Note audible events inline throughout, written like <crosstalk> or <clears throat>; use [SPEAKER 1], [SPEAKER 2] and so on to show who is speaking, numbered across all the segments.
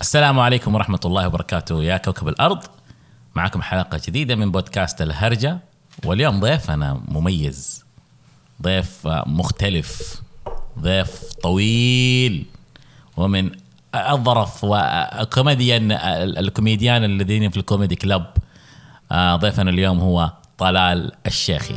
[SPEAKER 1] السلام عليكم ورحمة الله وبركاته يا كوكب الأرض معكم حلقة جديدة من بودكاست الهرجة واليوم ضيفنا مميز ضيف مختلف ضيف طويل ومن الظرف وكوميديان الكوميديان الذين في الكوميدي كلاب آه، ضيفنا اليوم هو طلال الشيخي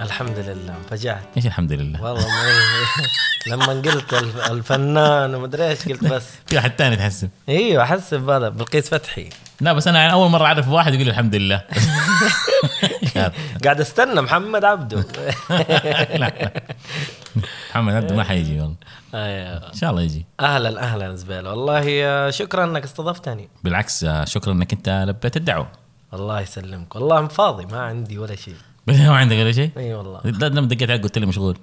[SPEAKER 2] الحمد لله انفجعت
[SPEAKER 1] ايش الحمد لله
[SPEAKER 2] والله ما- <laughs> لما قلت الف- الفنان ومدري ايش قلت بس
[SPEAKER 1] في احد ثاني تحسب
[SPEAKER 2] ايوه احسب هذا بلقيس فتحي
[SPEAKER 1] لا بس يعني انا اول مره اعرف واحد يقول الحمد لله
[SPEAKER 2] <laughs> قاعد استنى محمد عبده <laughs>
[SPEAKER 1] محمد عبده ما حيجي والله
[SPEAKER 2] أيوة.
[SPEAKER 1] ان شاء الله يجي
[SPEAKER 2] اهلا اهلا زبيل والله آه، شكرا انك استضفتني
[SPEAKER 1] بالعكس آه، شكرا انك انت لبيت الدعوه
[SPEAKER 2] الله يسلمك والله فاضي ما عندي ولا شيء
[SPEAKER 1] ما عندك ولا شيء
[SPEAKER 2] اي والله
[SPEAKER 1] لا لما دقيت عليك قلت لي مشغول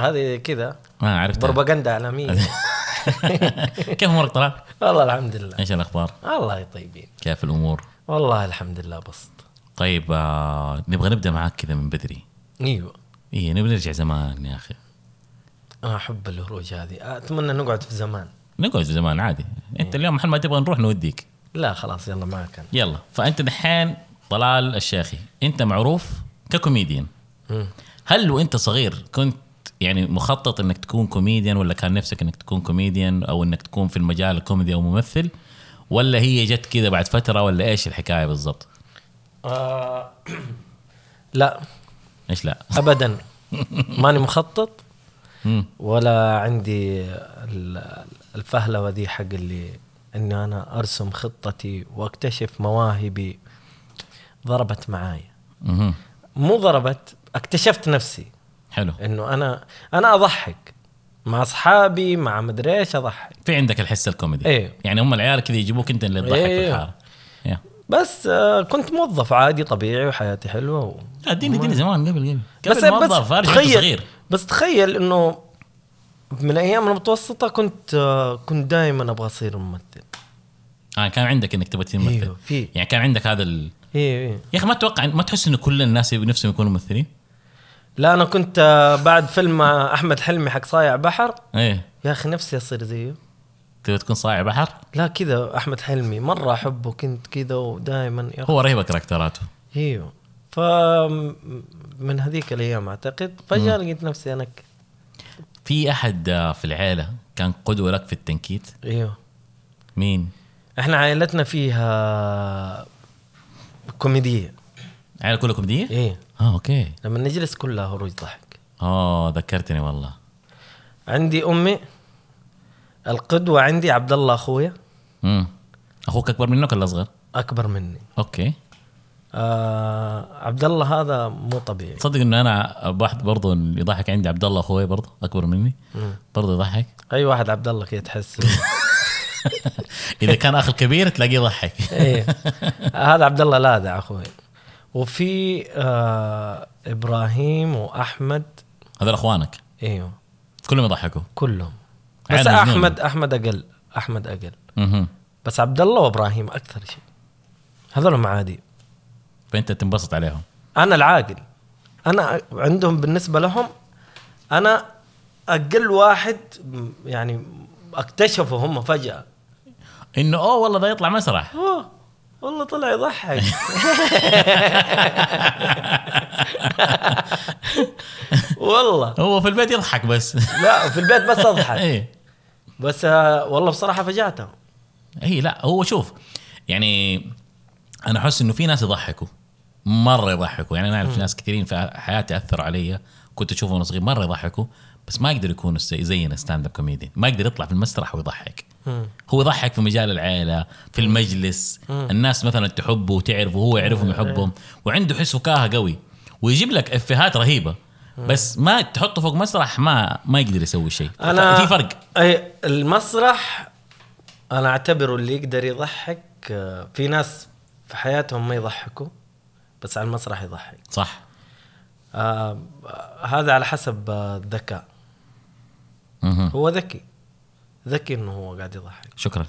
[SPEAKER 2] هذه كذا
[SPEAKER 1] ما عرفت
[SPEAKER 2] بروباغندا اعلاميه
[SPEAKER 1] <laughs> كيف امورك طلال؟
[SPEAKER 2] والله الحمد لله
[SPEAKER 1] ايش الاخبار؟
[SPEAKER 2] الله طيبين
[SPEAKER 1] كيف الامور؟
[SPEAKER 2] والله الحمد لله بسط
[SPEAKER 1] طيب آه نبغى نبدا معاك كذا من بدري
[SPEAKER 2] ايوه
[SPEAKER 1] اي نبغى نرجع زمان يا اخي
[SPEAKER 2] أنا احب الهروج هذه اتمنى نقعد في زمان
[SPEAKER 1] نقعد زمان عادي انت اليوم محل ما تبغى نروح نوديك
[SPEAKER 2] لا خلاص يلا معك أنا.
[SPEAKER 1] يلا فانت دحين طلال الشيخي انت معروف ككوميديان
[SPEAKER 2] مم.
[SPEAKER 1] هل وانت صغير كنت يعني مخطط انك تكون كوميديان ولا كان نفسك انك تكون كوميديان او انك تكون في المجال الكوميدي او ممثل ولا هي جت كذا بعد فتره ولا ايش الحكايه بالضبط؟
[SPEAKER 2] آه <clears throat> لا
[SPEAKER 1] ايش لا؟
[SPEAKER 2] ابدا ماني مخطط
[SPEAKER 1] مم.
[SPEAKER 2] ولا عندي ال- الفهلوه ذي حق اللي اني انا ارسم خطتي واكتشف مواهبي ضربت معاي
[SPEAKER 1] مهم.
[SPEAKER 2] مو ضربت اكتشفت نفسي
[SPEAKER 1] حلو
[SPEAKER 2] انه انا انا اضحك مع اصحابي مع مدري ايش اضحك
[SPEAKER 1] في عندك الحس الكوميدي
[SPEAKER 2] إيه.
[SPEAKER 1] يعني هم العيال كذا يجيبوك انت اللي تضحك في
[SPEAKER 2] إيه.
[SPEAKER 1] الحاره يا.
[SPEAKER 2] بس آه كنت موظف عادي طبيعي وحياتي حلوه و...
[SPEAKER 1] لا اديني اديني زمان قبل قبل
[SPEAKER 2] بس
[SPEAKER 1] قبل ما
[SPEAKER 2] بس
[SPEAKER 1] أتظاهر، أرجع كنت
[SPEAKER 2] تخيل
[SPEAKER 1] صغير
[SPEAKER 2] بس تخيل انه من ايام المتوسطه كنت آه، كنت دائما ابغى اصير ممثل
[SPEAKER 1] آه كان عندك انك تبغى تصير ممثل
[SPEAKER 2] ايوه في
[SPEAKER 1] يعني كان عندك هذا ال...
[SPEAKER 2] ايوه ايوه
[SPEAKER 1] يا اخي ما اتوقع ما تحس انه كل الناس نفسهم يكونوا ممثلين؟
[SPEAKER 2] لا انا كنت آه، بعد فيلم آه، احمد حلمي حق صايع بحر
[SPEAKER 1] ايه
[SPEAKER 2] يا اخي نفسي اصير زيه
[SPEAKER 1] تبغى تكون صايع بحر
[SPEAKER 2] لا كذا احمد حلمي مره احبه كنت كذا ودائما يا اخي
[SPEAKER 1] هو رهيب كاركتراته
[SPEAKER 2] ايوه ف من هذيك الايام اعتقد فجاه لقيت نفسي انا ك-
[SPEAKER 1] في احد آه، في العيله كان قدوه لك في التنكيت
[SPEAKER 2] ايوه
[SPEAKER 1] مين
[SPEAKER 2] احنا عائلتنا فيها كوميديه
[SPEAKER 1] عيله كلها كوميديه
[SPEAKER 2] ايه
[SPEAKER 1] اه اوكي
[SPEAKER 2] لما نجلس كلها هروج ضحك
[SPEAKER 1] اه ذكرتني والله
[SPEAKER 2] عندي امي القدوه عندي عبد الله اخويا
[SPEAKER 1] امم اخوك اكبر منك ولا اصغر
[SPEAKER 2] اكبر مني
[SPEAKER 1] اوكي
[SPEAKER 2] آه عبد الله هذا مو طبيعي
[SPEAKER 1] تصدق انه انا واحد برضه اللي يضحك عندي عبد الله اخوي برضه اكبر مني
[SPEAKER 2] مم.
[SPEAKER 1] برضه يضحك
[SPEAKER 2] اي واحد عبد الله كذا تحس
[SPEAKER 1] اذا كان اخ الكبير تلاقيه يضحك
[SPEAKER 2] <laughs> ايه هذا عبد الله لاذع اخوي وفي آه ابراهيم واحمد
[SPEAKER 1] هذول اخوانك
[SPEAKER 2] ايوه
[SPEAKER 1] كلهم يضحكوا
[SPEAKER 2] كلهم
[SPEAKER 1] عيال
[SPEAKER 2] بس
[SPEAKER 1] مجنون.
[SPEAKER 2] احمد احمد اقل احمد اقل
[SPEAKER 1] مهم.
[SPEAKER 2] بس عبد الله وابراهيم اكثر شيء هذول معادي
[SPEAKER 1] فانت تنبسط عليهم
[SPEAKER 2] انا العاقل انا عندهم بالنسبه لهم انا اقل واحد يعني اكتشفوا هم فجاه
[SPEAKER 1] انه اوه والله ده يطلع مسرح
[SPEAKER 2] اوه والله طلع يضحك <laughs> والله
[SPEAKER 1] هو في البيت يضحك بس <laughs>
[SPEAKER 2] لا في البيت بس اضحك
[SPEAKER 1] ايه
[SPEAKER 2] بس آه، والله بصراحه فجعتهم
[SPEAKER 1] هي إيه، لا هو شوف يعني انا احس انه في ناس يضحكوا مره يضحكوا يعني انا اعرف ناس كثيرين في حياتي اثروا علي كنت اشوفهم وانا صغير مره يضحكوا بس ما يقدر يكون زينا ستاند اب كوميدي ما يقدر يطلع في المسرح ويضحك
[SPEAKER 2] مم.
[SPEAKER 1] هو يضحك في مجال العيله في المجلس الناس مثلا تحبه وتعرفه وهو يعرفهم يحبهم وعنده حس فكاهه قوي ويجيب لك افيهات رهيبه بس ما تحطه فوق مسرح ما ما يقدر يسوي شيء
[SPEAKER 2] انا
[SPEAKER 1] في فرق
[SPEAKER 2] اي المسرح انا اعتبره اللي يقدر يضحك آه، في ناس في حياتهم ما يضحكوا بس على المسرح يضحك
[SPEAKER 1] صح
[SPEAKER 2] آه آه، هذا على حسب آه، الذكاء
[SPEAKER 1] مهم.
[SPEAKER 2] هو ذكي ذكي انه هو قاعد يضحك
[SPEAKER 1] شكرا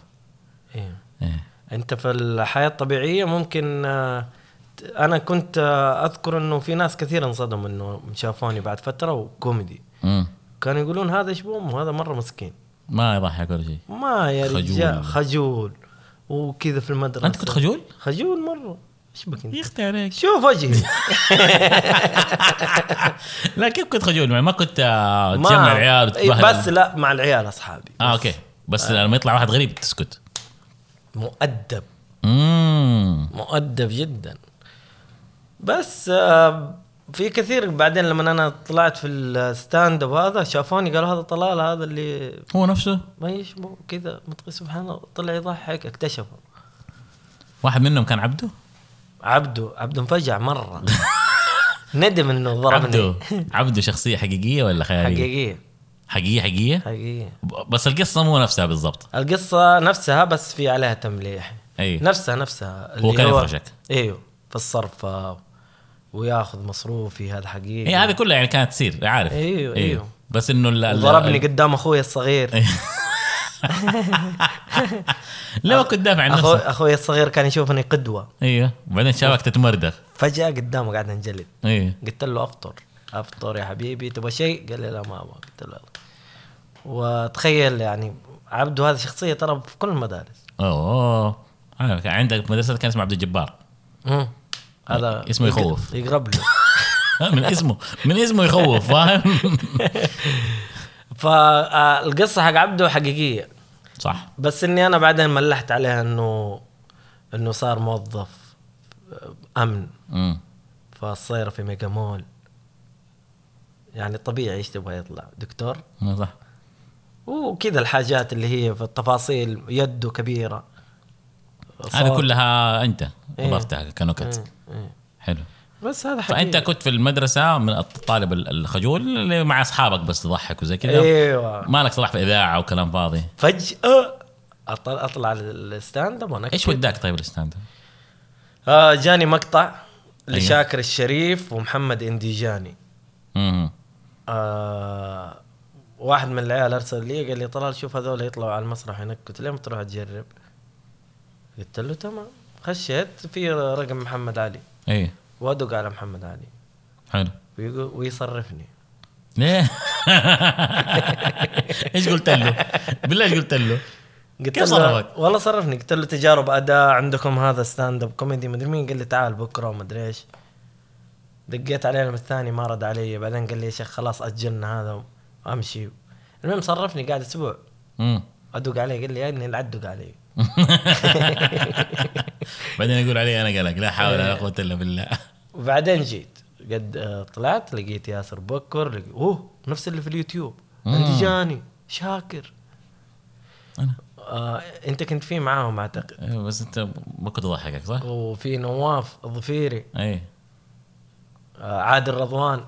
[SPEAKER 2] ايه
[SPEAKER 1] إيه.
[SPEAKER 2] انت في الحياه الطبيعيه ممكن آه، ت- انا كنت آه، اذكر انه في ناس كثير انصدموا انه شافوني بعد فتره وكوميدي
[SPEAKER 1] مم.
[SPEAKER 2] كانوا يقولون هذا ايش بوم وهذا مره مسكين
[SPEAKER 1] ما يضحك ولا شيء
[SPEAKER 2] ما يا
[SPEAKER 1] خجول.
[SPEAKER 2] رجال خجول وكذا في المدرسه
[SPEAKER 1] انت كنت خجول؟
[SPEAKER 2] خجول مره ايش بك انت؟
[SPEAKER 1] يخت عليك
[SPEAKER 2] شوف وجهي
[SPEAKER 1] <laughs> لا كيف كنت خجول يعني ما كنت آه،
[SPEAKER 2] ما-
[SPEAKER 1] تجمع العيال
[SPEAKER 2] إيه،
[SPEAKER 1] وتتبهدل؟
[SPEAKER 2] بس لا مع العيال اصحابي
[SPEAKER 1] اه اوكي بس لما يطلع واحد غريب تسكت
[SPEAKER 2] مؤدب
[SPEAKER 1] امم
[SPEAKER 2] مؤدب جدا بس آه، في كثير بعدين لما انا طلعت في الستاند اب هذا شافوني قالوا هذا طلال هذا اللي
[SPEAKER 1] هو نفسه
[SPEAKER 2] ما يشبه كذا ما تقول سبحان الله طلع يضحك اكتشفوا
[SPEAKER 1] واحد منهم كان عبده
[SPEAKER 2] عبده عبده انفجع
[SPEAKER 1] <laughs>
[SPEAKER 2] مره ندم انه ضربني <laughs>
[SPEAKER 1] عبده عبده شخصيه حقيقيه ولا خياليه؟
[SPEAKER 2] حقيقيه
[SPEAKER 1] حقيقيه حقيقيه
[SPEAKER 2] حقيقيه
[SPEAKER 1] ب- بس القصه مو نفسها بالضبط إيه.
[SPEAKER 2] القصه نفسها بس في عليها تمليح
[SPEAKER 1] اي
[SPEAKER 2] نفسها نفسها
[SPEAKER 1] هو كان يفرجك
[SPEAKER 2] ايوه في الصرف آه، وياخذ مصروفي هذا حقيقي
[SPEAKER 1] هي هذه كلها يعني كانت تصير عارف إيه.
[SPEAKER 2] أيوه، أيوه.
[SPEAKER 1] بس انه ال- ال-
[SPEAKER 2] ضربني
[SPEAKER 1] ال- إيه.
[SPEAKER 2] قدام اخوي الصغير
[SPEAKER 1] لا ما كنت دافع عن
[SPEAKER 2] أخو
[SPEAKER 1] نفسك
[SPEAKER 2] اخوي الصغير كان يشوفني قدوه
[SPEAKER 1] ايوه وبعدين شافك تتمردغ
[SPEAKER 2] فجاه قدامه قاعد انجلد
[SPEAKER 1] ايوه
[SPEAKER 2] قلت له افطر افطر يا حبيبي تبغى شيء قال لي لا ما ابغى قلت له يلا وتخيل يعني عبده هذه شخصيه ترى في كل المدارس
[SPEAKER 1] اوه آه، كان عندك مدرسة كان اسمه عبد الجبار
[SPEAKER 2] مم. هذا
[SPEAKER 1] اسمه
[SPEAKER 2] يق-
[SPEAKER 1] يخوف.
[SPEAKER 2] يقرب له <laughs>
[SPEAKER 1] من اسمه من اسمه يخوف فاهم
[SPEAKER 2] فالقصه حق عبده حقيقيه
[SPEAKER 1] صح
[SPEAKER 2] بس اني انا بعدين ملحت عليها انه انه صار موظف امن
[SPEAKER 1] امم
[SPEAKER 2] فصاير في ميجا مول يعني طبيعي ايش تبغى يطلع دكتور
[SPEAKER 1] صح
[SPEAKER 2] وكذا الحاجات اللي هي في التفاصيل يده كبيره
[SPEAKER 1] هذه
[SPEAKER 2] صوت.
[SPEAKER 1] كلها انت
[SPEAKER 2] إيه.
[SPEAKER 1] اضفتها كنكت
[SPEAKER 2] إيه.
[SPEAKER 1] حلو
[SPEAKER 2] بس هذا حقيقي
[SPEAKER 1] فانت كنت في المدرسه من الطالب ال- الخجول اللي مع اصحابك بس تضحك وزي كذا
[SPEAKER 2] ايوه
[SPEAKER 1] مالك صلاح في اذاعه وكلام فاضي
[SPEAKER 2] فجاه اطلع اطلع الستاند اب وانا
[SPEAKER 1] ايش وداك طيب الستاند اب؟
[SPEAKER 2] آه جاني مقطع لشاكر
[SPEAKER 1] أيوة.
[SPEAKER 2] الشريف ومحمد انديجاني
[SPEAKER 1] مم.
[SPEAKER 2] آه واحد من العيال ارسل لي قال لي طلال شوف هذول يطلعوا على المسرح ينكتوا ليه ما تروح تجرب؟ قلت له تمام خشيت في رقم محمد علي
[SPEAKER 1] ايه
[SPEAKER 2] وادق على محمد علي
[SPEAKER 1] حلو
[SPEAKER 2] ويقو- ويصرفني
[SPEAKER 1] <laughs>
[SPEAKER 2] إيه.
[SPEAKER 1] ليه؟ ايش قلت له؟ بالله ايش قلت له؟
[SPEAKER 2] قلت
[SPEAKER 1] كيف
[SPEAKER 2] له
[SPEAKER 1] صرفك؟
[SPEAKER 2] والله صرفني قلت له تجارب اداء عندكم هذا ستاند اب كوميدي مدري مين قال لي تعال بكره ومدري ايش دقيت عليه اليوم الثاني ما رد علي بعدين قال لي يا شيخ خلاص اجلنا هذا وامشي المهم صرفني قاعد اسبوع <laughs>
[SPEAKER 1] مم.
[SPEAKER 2] ادق عليه قال لي يا ابني لا تدق علي
[SPEAKER 1] بعدين يقول علي انا قلق لا حول
[SPEAKER 2] إيه.
[SPEAKER 1] ولا قوه الا بالله
[SPEAKER 2] وبعدين جيت قد آه، طلعت لقيت ياسر بكر لقيت اوه نفس اللي في اليوتيوب
[SPEAKER 1] مم.
[SPEAKER 2] عندي جاني شاكر
[SPEAKER 1] أنا.
[SPEAKER 2] آه انت كنت فيه معاهم اعتقد
[SPEAKER 1] إيه، بس انت ما كنت اضحكك صح؟
[SPEAKER 2] وفي نواف الظفيري
[SPEAKER 1] ايه
[SPEAKER 2] آه عادل رضوان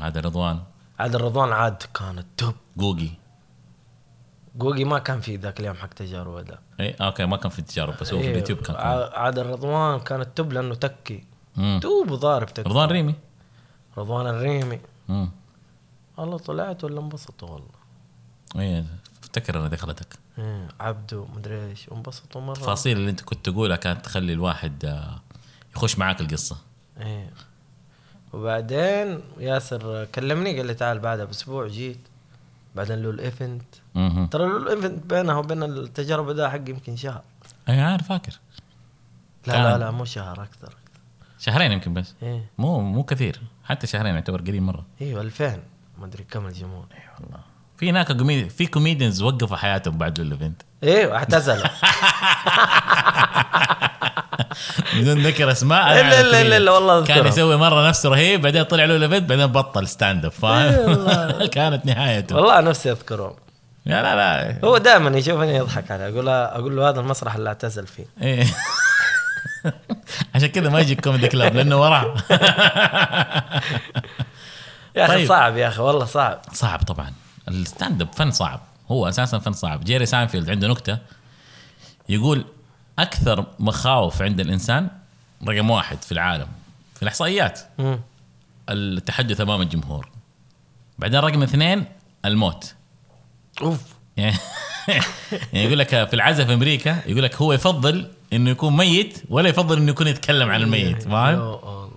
[SPEAKER 1] هذا رضوان
[SPEAKER 2] عاد رضوان عاد كان التوب
[SPEAKER 1] جوجي
[SPEAKER 2] جوجي ما كان في ذاك اليوم حق تجارب ده
[SPEAKER 1] ايه اوكي ما كان في التجارب بس هو
[SPEAKER 2] إيه.
[SPEAKER 1] في اليوتيوب كان قوي.
[SPEAKER 2] عاد رضوان كان التوب لانه تكي
[SPEAKER 1] مم.
[SPEAKER 2] توب وضارب تكي
[SPEAKER 1] رضوان ريمي
[SPEAKER 2] رضوان الريمي
[SPEAKER 1] مم.
[SPEAKER 2] والله طلعت ولا انبسطوا والله
[SPEAKER 1] ايه افتكر انا دخلتك
[SPEAKER 2] إيه، عبده مدري ايش انبسطوا مره
[SPEAKER 1] التفاصيل اللي انت كنت تقولها كانت تخلي الواحد آه، يخش معاك القصه
[SPEAKER 2] ايه وبعدين ياسر كلمني قال لي تعال بعدها باسبوع جيت بعدين له الايفنت
[SPEAKER 1] مهم.
[SPEAKER 2] ترى له الايفنت بينها وبين التجربه ده حق يمكن شهر
[SPEAKER 1] اي إيه، عارف فاكر
[SPEAKER 2] لا
[SPEAKER 1] كان.
[SPEAKER 2] لا لا مو شهر اكثر
[SPEAKER 1] شهرين يمكن بس
[SPEAKER 2] ايه
[SPEAKER 1] مو مو كثير حتى شهرين يعتبر قليل مره
[SPEAKER 2] ايوه 2000 ما ادري كم الجمهور
[SPEAKER 1] والله في هناك كوميدي في كوميديانز وقفوا حياتهم بعد الايفنت
[SPEAKER 2] ايوه
[SPEAKER 1] <laughs>
[SPEAKER 2] اعتزلوا
[SPEAKER 1] بدون ذكر اسماء
[SPEAKER 2] إلا- إلا-
[SPEAKER 1] أعرف
[SPEAKER 2] إلا- إلا والله
[SPEAKER 1] كوميديان. كان
[SPEAKER 2] أذكرهم.
[SPEAKER 1] يسوي مره نفسه رهيب بعدين طلع له الايفنت بعدين بطل ستاند اب فاهم <laughs> كانت نهايته
[SPEAKER 2] والله نفسي اذكرهم
[SPEAKER 1] لا لا لا
[SPEAKER 2] هو دائما يشوفني يضحك علي اقول له- اقول له هذا المسرح اللي اعتزل فيه
[SPEAKER 1] ايه <laughs> عشان كذا ما يجي كوميدي كلاب لانه وراه
[SPEAKER 2] يا اخي
[SPEAKER 1] طيب.
[SPEAKER 2] صعب يا اخي والله صعب
[SPEAKER 1] صعب طبعا الستاند اب فن صعب هو اساسا فن صعب جيري ساينفيلد عنده نكته يقول اكثر مخاوف عند الانسان رقم واحد في العالم في الاحصائيات
[SPEAKER 2] مم.
[SPEAKER 1] التحدث امام الجمهور بعدين رقم اثنين الموت
[SPEAKER 2] اوف
[SPEAKER 1] <laughs> يعني يعني يقول لك في العزاء في امريكا يقول لك هو يفضل انه يكون ميت ولا يفضل انه يكون يتكلم عن الميت فاهم؟
[SPEAKER 2] يا الله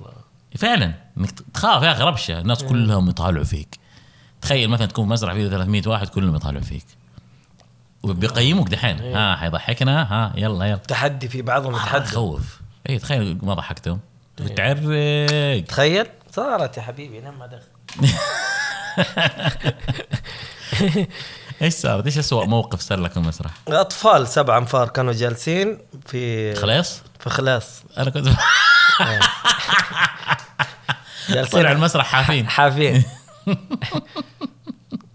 [SPEAKER 1] فعلا انك تخاف يا اخي ربشه الناس كلهم يطالعوا فيك تخيل مثلا تكون في مزرعه فيه 300 واحد كلهم يطالعوا فيك وبيقيموك دحين ها حيضحكنا ها يلا يلا
[SPEAKER 2] تحدي في بعضهم
[SPEAKER 1] آه.
[SPEAKER 2] يتحدى
[SPEAKER 1] تخوف اي تخيل ما ضحكتهم تعرق
[SPEAKER 2] تخيل صارت يا حبيبي لما دخل
[SPEAKER 1] ايش صارت؟ ايش اسوء موقف صار لك في المسرح؟
[SPEAKER 2] اطفال سبع انفار كانوا جالسين في
[SPEAKER 1] خلاص؟ طيب.
[SPEAKER 2] في خلاص
[SPEAKER 1] انا كنت <laughs>
[SPEAKER 2] جالسين
[SPEAKER 1] طلع المسرح
[SPEAKER 2] <laughs>
[SPEAKER 1] حافين
[SPEAKER 2] حافين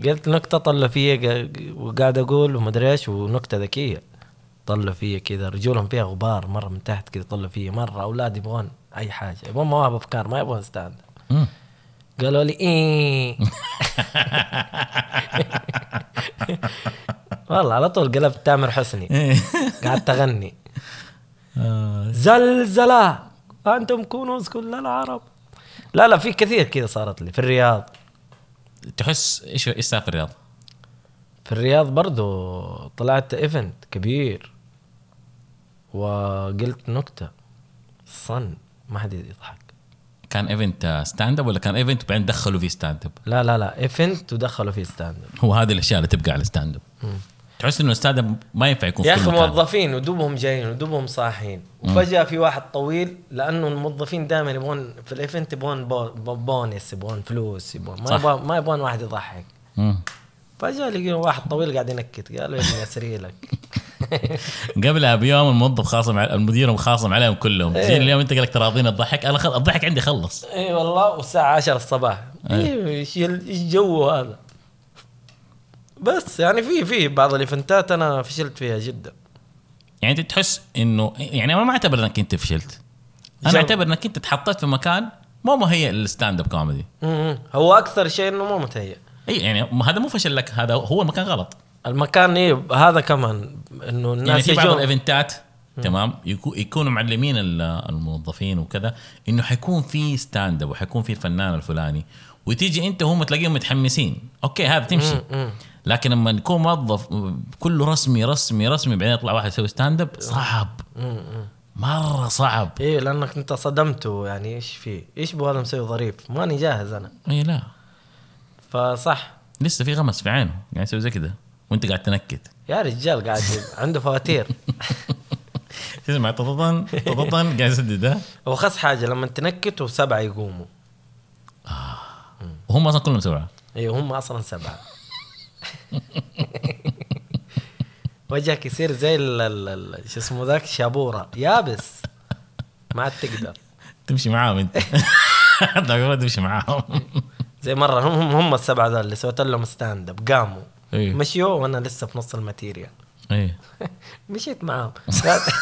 [SPEAKER 2] قلت نكته طلفيه قا- وقاعد اقول ومدري ايش ونكته ذكيه طلفيه كذا رجولهم فيها غبار مره من تحت كذا طلفيه مره اولاد يبغون اي حاجه يبغون مواهب افكار ما يبغون ستاند
[SPEAKER 1] مم.
[SPEAKER 2] قالوا لي ايه والله على طول قلبت تامر حسني
[SPEAKER 1] إيه.
[SPEAKER 2] قعدت اغني
[SPEAKER 1] آه،
[SPEAKER 2] زلزلة أنتم كنوز كل العرب لا لا في كثير كذا صارت لي في الرياض
[SPEAKER 1] تحس ايش ايش سالفه الرياض؟
[SPEAKER 2] في الرياض برضو طلعت ايفنت كبير وقلت نكتة صن ما حد يضحك
[SPEAKER 1] كان ايفنت ستاند اب ولا كان ايفنت وبعدين دخلوا فيه ستاند اب؟
[SPEAKER 2] لا لا لا ايفنت ودخلوا فيه ستاند
[SPEAKER 1] هو هذه الاشياء اللي تبقى على ستاند اب تحس انه ستاند اب ما ينفع يكون في
[SPEAKER 2] يا اخي
[SPEAKER 1] كل مكان
[SPEAKER 2] موظفين ودوبهم جايين ودوبهم صاحيين وفجاه في واحد طويل لانه الموظفين دائما يبغون في الايفنت يبغون بو- بو- بونس يبغون فلوس يبغون ما
[SPEAKER 1] صح.
[SPEAKER 2] يبغون ما يبغون واحد يضحك
[SPEAKER 1] مم.
[SPEAKER 2] فجاه لقينا واحد طويل قاعد ينكت قالوا يا ابني اسري لك
[SPEAKER 1] قبلها بيوم الموظف خاصم على المدير خاصم عليهم كلهم
[SPEAKER 2] إيه.
[SPEAKER 1] تجي اليوم انت قال لك تراضينا الضحك انا خل... الضحك عندي خلص
[SPEAKER 2] اي والله والساعه 10 الصباح إيه، ايش ال- ايش جو هذا بس يعني في في بعض الايفنتات انا فشلت فيها جدا
[SPEAKER 1] يعني انت تحس انه يعني انا ما اعتبر انك انت فشلت
[SPEAKER 2] جرب.
[SPEAKER 1] انا اعتبر انك انت تحطيت في مكان مو مهيئ للستاند اب كوميدي
[SPEAKER 2] م- م. هو اكثر شيء انه مو متهيأ
[SPEAKER 1] اي يعني م- هذا مو فشل لك هذا هو المكان غلط
[SPEAKER 2] المكان إيه هذا كمان انه
[SPEAKER 1] يعني
[SPEAKER 2] الناس
[SPEAKER 1] في بعض
[SPEAKER 2] يجون
[SPEAKER 1] الايفنتات تمام يكو- يكونوا معلمين ال- الموظفين وكذا انه حيكون في ستاند اب وحيكون في الفنان الفلاني وتيجي انت وهم تلاقيهم متحمسين اوكي هذا تمشي لكن لما يكون موظف كله رسمي رسمي رسمي بعدين يطلع واحد يسوي ستاند اب صعب مره صعب
[SPEAKER 2] ايه لانك انت صدمته يعني ايش فيه ايش بو هذا مسوي ظريف ماني جاهز انا
[SPEAKER 1] اي لا
[SPEAKER 2] فصح
[SPEAKER 1] لسه في غمس في عينه قاعد يسوي زي كذا وانت قاعد تنكت
[SPEAKER 2] يا رجال قاعد
[SPEAKER 1] <laughs>
[SPEAKER 2] عنده فواتير
[SPEAKER 1] تسمع طططن طططن قاعد يسدد ها؟
[SPEAKER 2] وخص حاجه لما تنكت وسبعه يقوموا
[SPEAKER 1] وهم اصلا كلهم سبعه
[SPEAKER 2] ايوه هم اصلا سبعه وجهك يصير زي ال- ال- ال- شو اسمه ذاك شابوره يابس ما عاد تقدر
[SPEAKER 1] تمشي معاهم <laughs> انت تقدر تمشي معاهم
[SPEAKER 2] زي مره هم هم, هم السبعه ذول اللي سويت لهم ستاند اب قاموا
[SPEAKER 1] ايه.
[SPEAKER 2] مشيوا وانا لسه في نص الماتيريال <laughs>
[SPEAKER 1] ايه
[SPEAKER 2] مشيت معاهم <laughs> رحت-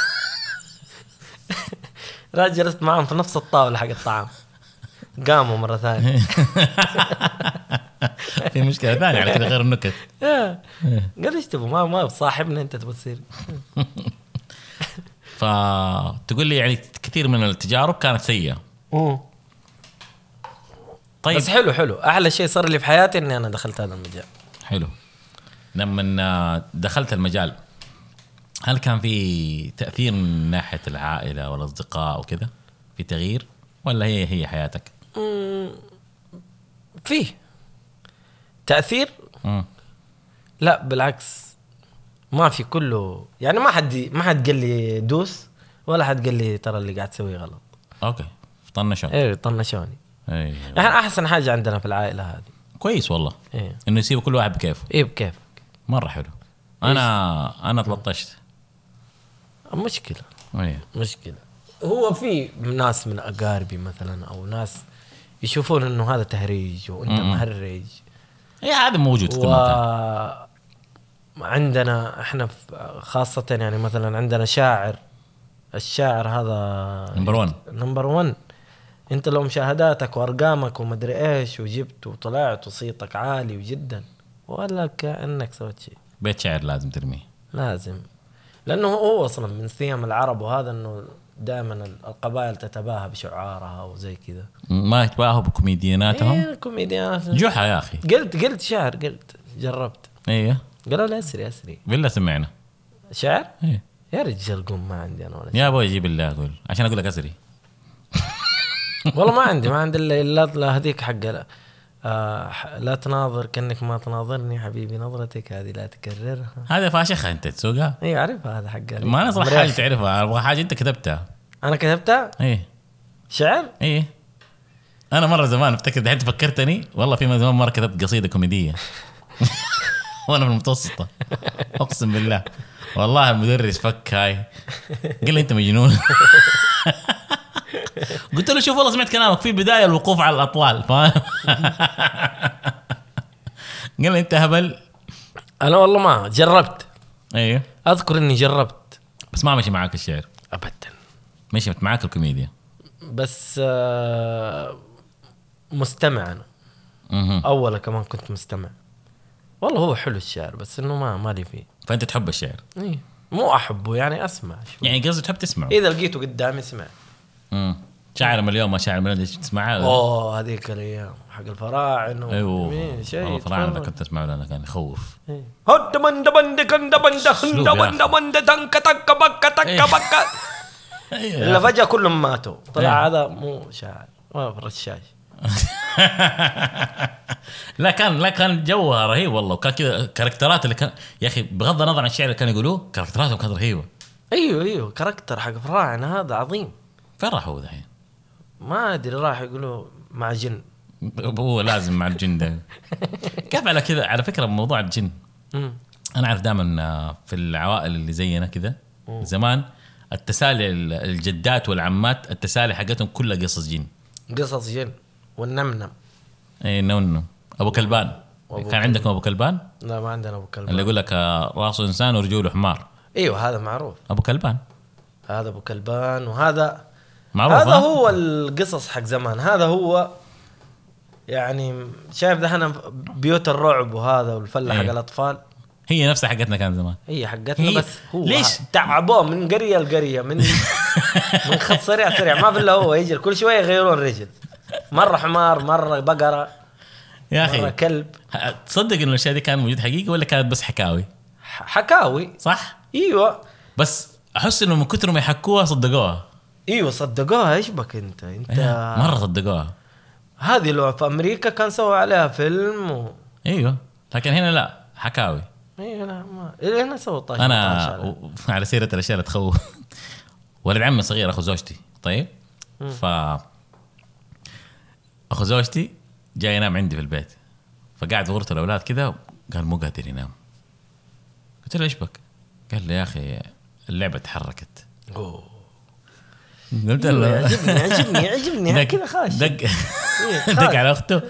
[SPEAKER 2] رحت جلست معاهم في نفس الطاوله حق الطعام قاموا مره ثانيه
[SPEAKER 1] في مشكله ثانيه على كذا غير النكت
[SPEAKER 2] إيه. قال ايش تبغى ما ما صاحبنا انت تبغى تصير
[SPEAKER 1] فتقول لي يعني كثير من التجارب كانت سيئه
[SPEAKER 2] طيب.
[SPEAKER 1] طيب
[SPEAKER 2] بس حلو حلو احلى شيء صار لي في حياتي اني انا دخلت هذا المجال
[SPEAKER 1] حلو لما آه، دخلت المجال هل كان في تاثير من ناحيه العائله والاصدقاء وكذا في تغيير ولا هي هي حياتك
[SPEAKER 2] فيه تاثير
[SPEAKER 1] مم.
[SPEAKER 2] لا بالعكس ما في كله يعني ما حد ما حد قال لي دوس ولا حد قال لي ترى اللي قاعد تسويه غلط
[SPEAKER 1] اوكي طنشوا
[SPEAKER 2] ايه طنشوني
[SPEAKER 1] ايوه
[SPEAKER 2] احنا احسن حاجه عندنا في العائله هذه
[SPEAKER 1] كويس والله
[SPEAKER 2] ايه
[SPEAKER 1] انه يسيب كل واحد بكيفه
[SPEAKER 2] ايه بكيف
[SPEAKER 1] مره حلو انا انا تلطشت
[SPEAKER 2] مشكله إيه.
[SPEAKER 1] ايوه
[SPEAKER 2] مشكله هو في ناس من اقاربي مثلا او ناس يشوفون انه هذا تهريج وانت مهرج
[SPEAKER 1] إيه، هذا موجود في كل
[SPEAKER 2] و
[SPEAKER 1] مكان
[SPEAKER 2] عندنا احنا في- خاصة يعني مثلا عندنا شاعر الشاعر هذا
[SPEAKER 1] نمبر 1
[SPEAKER 2] نمبر 1 انت لو مشاهداتك وارقامك ومدري ايش وجبت وطلعت وصيتك عالي جدا ولا كانك سويت شيء
[SPEAKER 1] بيت شعر لازم ترميه
[SPEAKER 2] لازم لانه هو اصلا من سيم العرب وهذا انه دائما القبائل تتباهى بشعارها وزي كذا
[SPEAKER 1] ما يتباهوا بكوميدياناتهم
[SPEAKER 2] ايه كوميديانات
[SPEAKER 1] جحا يا اخي
[SPEAKER 2] قلت قلت شعر قلت جربت
[SPEAKER 1] ايه
[SPEAKER 2] قالوا لي اسري اسري
[SPEAKER 1] بالله سمعنا
[SPEAKER 2] شعر؟
[SPEAKER 1] ايه
[SPEAKER 2] يا رجال قوم ما عندي انا ولا شيء
[SPEAKER 1] يا ابوي جيب الله اقول عشان اقول لك ازري
[SPEAKER 2] والله ما عندي ما عندي الا الا لا هذيك حق لا, آه ح- لا تناظر كانك ما تناظرني حبيبي نظرتك هذه لا تكررها
[SPEAKER 1] هذا فاشخه انت تسوقها
[SPEAKER 2] اي اعرفها هذا حق
[SPEAKER 1] ما انا صراحه حاجه تعرفها ابغى حاجه انت كتبتها
[SPEAKER 2] انا كتبتها
[SPEAKER 1] ايه
[SPEAKER 2] شعر
[SPEAKER 1] ايه انا مره زمان افتكر دحين فكرتني والله في زمان مره كتبت قصيده <laughs> كوميديه وانا في المتوسطه اقسم بالله والله المدرس فك هاي قال لي انت مجنون <laughs> قلت له شوف والله سمعت كلامك في بدايه الوقوف على الاطلال فاهم <laughs> قال لي انت هبل
[SPEAKER 2] انا والله ما جربت
[SPEAKER 1] ايوه
[SPEAKER 2] اذكر اني جربت
[SPEAKER 1] بس ما مشي معاك الشعر
[SPEAKER 2] ابدا
[SPEAKER 1] مشيت معاك الكوميديا
[SPEAKER 2] بس آه مستمع انا
[SPEAKER 1] مهم.
[SPEAKER 2] اولا كمان كنت مستمع والله هو حلو الشعر بس انه ما مالي فيه
[SPEAKER 1] فانت تحب الشعر
[SPEAKER 2] إيه. مو احبه يعني اسمع شوي.
[SPEAKER 1] يعني قصدي تحب تسمعه
[SPEAKER 2] اذا لقيته قدامي اسمع
[SPEAKER 1] مم. شاعر مليون ما شاعر مليون ليش تسمعها
[SPEAKER 2] اوه هذيك الايام حق الفراعنه
[SPEAKER 1] ايوه
[SPEAKER 2] مين شيء إيه.
[SPEAKER 1] والله فراعنه ده كنت اسمعه لانه كان يخوف
[SPEAKER 2] هد من دبند كن دبند هند
[SPEAKER 1] أسلوب يا
[SPEAKER 2] بند بند تنك تنك بك
[SPEAKER 1] إيه.
[SPEAKER 2] تنك
[SPEAKER 1] <laughs>
[SPEAKER 2] بك
[SPEAKER 1] ايوه
[SPEAKER 2] الا فجاه كلهم ماتوا
[SPEAKER 1] إيه.
[SPEAKER 2] طلع هذا مو شاعر ما في رشاش
[SPEAKER 1] لا كان لا كان جوها رهيب والله وكان كذا كاركترات اللي كان يا اخي بغض النظر عن الشعر اللي كانوا يقولوه كاركتراتهم كانت رهيبه
[SPEAKER 2] ايوه ايوه كاركتر حق فراعنه هذا عظيم
[SPEAKER 1] فين راحوا ذحين؟
[SPEAKER 2] ما ادري راح يقولوا مع جن
[SPEAKER 1] هو لازم مع الجن ده كيف على كذا على فكره موضوع الجن
[SPEAKER 2] مم.
[SPEAKER 1] انا اعرف دائما آه، في العوائل اللي زينا كذا زمان التسالي ال- الجدات والعمات التسالي حقتهم كلها قصص جن إيه،
[SPEAKER 2] قصص جن والنمنم
[SPEAKER 1] اي نو نو ابو كلبان
[SPEAKER 2] وأبو
[SPEAKER 1] كان عندكم ابو كلبان
[SPEAKER 2] لا ما عندنا ابو كلبان
[SPEAKER 1] اللي يقول لك آه، راسه انسان ورجوله حمار
[SPEAKER 2] ايوه هذا معروف
[SPEAKER 1] ابو كلبان
[SPEAKER 2] هذا ابو كلبان وهذا
[SPEAKER 1] معروف
[SPEAKER 2] هذا
[SPEAKER 1] ها؟
[SPEAKER 2] هو القصص حق زمان هذا هو يعني شايف دحين بيوت الرعب وهذا والفله
[SPEAKER 1] إيه.
[SPEAKER 2] حق الاطفال
[SPEAKER 1] هي نفسها حقتنا كان زمان
[SPEAKER 2] هي حقتنا
[SPEAKER 1] هي-
[SPEAKER 2] بس هو
[SPEAKER 1] ليش؟
[SPEAKER 2] تعبوه من قريه لقريه
[SPEAKER 1] <laughs>
[SPEAKER 2] من من خط سريع سريع ما في الا هو يجري كل شويه يغيرون رجل مره حمار مره بقره
[SPEAKER 1] يا
[SPEAKER 2] مره
[SPEAKER 1] اخي
[SPEAKER 2] كلب
[SPEAKER 1] ه- تصدق انه الاشياء دي كانت موجوده حقيقي ولا كانت بس حكاوي
[SPEAKER 2] ح- حكاوي
[SPEAKER 1] صح
[SPEAKER 2] ايوه
[SPEAKER 1] بس احس انه من كثر ما يحكوها صدقوها
[SPEAKER 2] ايوه صدقوها ايش بك انت انت
[SPEAKER 1] إيه، مره صدقوها
[SPEAKER 2] هذه لو في امريكا كان سووا عليها فيلم و...
[SPEAKER 1] ايوه لكن هنا لا حكاوي
[SPEAKER 2] ايوه لا ما إيه، انا سووا طاش
[SPEAKER 1] انا
[SPEAKER 2] طاش على-
[SPEAKER 1] و- على سيره الاشياء اللي تخوف ولد عمي صغير اخو زوجتي طيب ف اخو زوجتي جاي ينام عندي في البيت فقاعد في غرفه الاولاد كذا قال مو قادر ينام قلت له ايش بك؟ قال لي يا اخي اللعبه تحركت
[SPEAKER 2] أوه.
[SPEAKER 1] قلت
[SPEAKER 2] ايوه
[SPEAKER 1] له <laughs>
[SPEAKER 2] يعجبني يعجبني يعجبني
[SPEAKER 1] دق-
[SPEAKER 2] يعني كذا خاش
[SPEAKER 1] دق <laughs>
[SPEAKER 2] إيه،
[SPEAKER 1] دق
[SPEAKER 2] خاش.
[SPEAKER 1] على اخته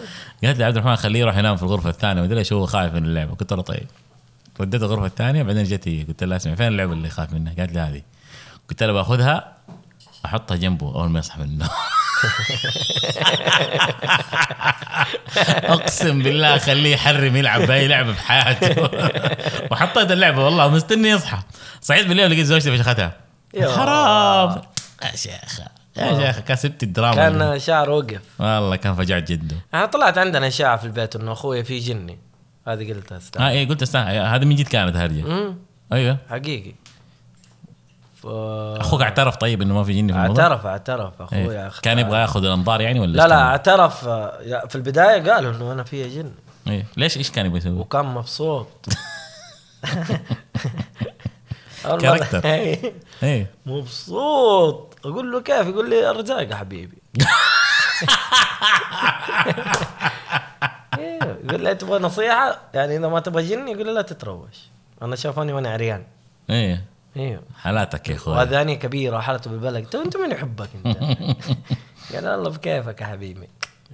[SPEAKER 1] قالت لي عبد الرحمن خليه يروح ينام في الغرفه الثانيه مدري ايش هو خايف من اللعبه قلت له طيب وديته الغرفه الثانيه بعدين جت هي قلت لها اسمع فين اللعبه اللي خايف منها قالت لي هذه قلت لها باخذها احطها جنبه اول ما يصحى من النوم <laughs> اقسم بالله خليه يحرم يلعب باي لعبه في حياته <laughs> وحطيت اللعبه والله مستني يصحى صحيت بالليل لقيت زوجتي فشختها
[SPEAKER 2] يا.
[SPEAKER 1] حرام يا شيخ يا شيخ كسبت الدراما
[SPEAKER 2] كان شعر وقف
[SPEAKER 1] والله كان فجعت جده
[SPEAKER 2] انا طلعت عندنا اشاعه في البيت انه اخوي في جني هذه قلتها استاذ
[SPEAKER 1] اه ايه قلت استنى هذا من جد كانت هرجه
[SPEAKER 2] امم
[SPEAKER 1] ايوه
[SPEAKER 2] حقيقي ف...
[SPEAKER 1] اخوك اعترف طيب انه ما في جن في الموضوع
[SPEAKER 2] اعترف اعترف اخوي
[SPEAKER 1] إيه.
[SPEAKER 2] أخ...
[SPEAKER 1] كان يبغى ياخذ الانظار يعني ولا
[SPEAKER 2] لا
[SPEAKER 1] إيش
[SPEAKER 2] لا
[SPEAKER 1] كان؟
[SPEAKER 2] اعترف آه، في البدايه قالوا انه انا في جن
[SPEAKER 1] إيه. ليش ايش كان يبغى يسوي؟
[SPEAKER 2] وكان مبسوط
[SPEAKER 1] <laughs>
[SPEAKER 2] أول مرة-
[SPEAKER 1] كاركتر.
[SPEAKER 2] <laughs> إيه.
[SPEAKER 1] ايه
[SPEAKER 2] مبسوط اقول له كيف يقول لي الرزاق يا حبيبي إيه، يقول لي تبغى نصيحه يعني اذا ما تبغى جني يقول لي لا تتروش انا شافوني وانا عريان
[SPEAKER 1] ايه
[SPEAKER 2] ايوه
[SPEAKER 1] حالاتك يا اخوي
[SPEAKER 2] واذاني كبيره حالته بالبلد تو انت من يحبك انت قال الله بكيفك يا حبيبي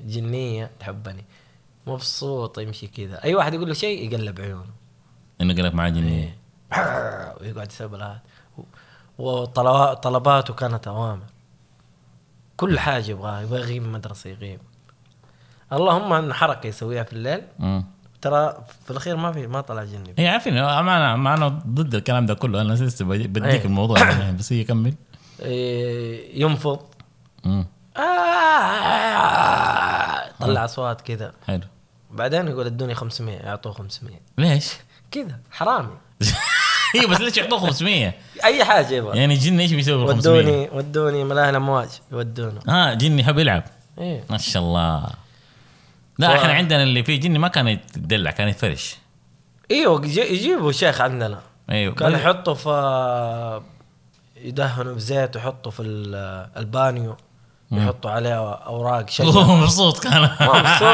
[SPEAKER 2] جنيه تحبني مبسوط يمشي كذا اي واحد يقول له شيء يقلب عيونه
[SPEAKER 1] انه قلب معاه جن
[SPEAKER 2] إيه. <laughs> ويقعد يسوي بلاهات وطلباته كانت اوامر كل حاجه يبغاها يبغى يغيب من المدرسه يغيب اللهم ان حركه يسويها في الليل
[SPEAKER 1] مم.
[SPEAKER 2] ترى في الاخير ما في ما طلع جني
[SPEAKER 1] هي عارفين ما انا ما انا ضد الكلام ده كله انا لسه بدي- بديك
[SPEAKER 2] إيه.
[SPEAKER 1] الموضوع <coughs> يعني بس هي كمل
[SPEAKER 2] إيه، ينفض
[SPEAKER 1] مم.
[SPEAKER 2] آه طلع اصوات كذا
[SPEAKER 1] حلو <laughs>
[SPEAKER 2] بعدين يقول ادوني 500 يعطوه 500
[SPEAKER 1] ليش؟
[SPEAKER 2] كذا حرامي
[SPEAKER 1] ايوه بس ليش يعطوه 500
[SPEAKER 2] اي حاجه يبغى
[SPEAKER 1] يعني جني ايش بيسوي بال 500
[SPEAKER 2] ودوني ودوني ملاهي الامواج يودونه
[SPEAKER 1] ها جني يحب يلعب
[SPEAKER 2] ايه
[SPEAKER 1] ما شاء الله لا
[SPEAKER 2] ف-
[SPEAKER 1] احنا عندنا اللي فيه جني ما كان يتدلع كان يتفرش
[SPEAKER 2] ايوه يجي- يجيبوا شيخ عندنا
[SPEAKER 1] ايوه
[SPEAKER 2] كان
[SPEAKER 1] بل-
[SPEAKER 2] يحطه في يدهنه بزيت ويحطه في ال- البانيو يحطوا عليه اوراق شجر
[SPEAKER 1] هو مبسوط كان
[SPEAKER 2] مبسوط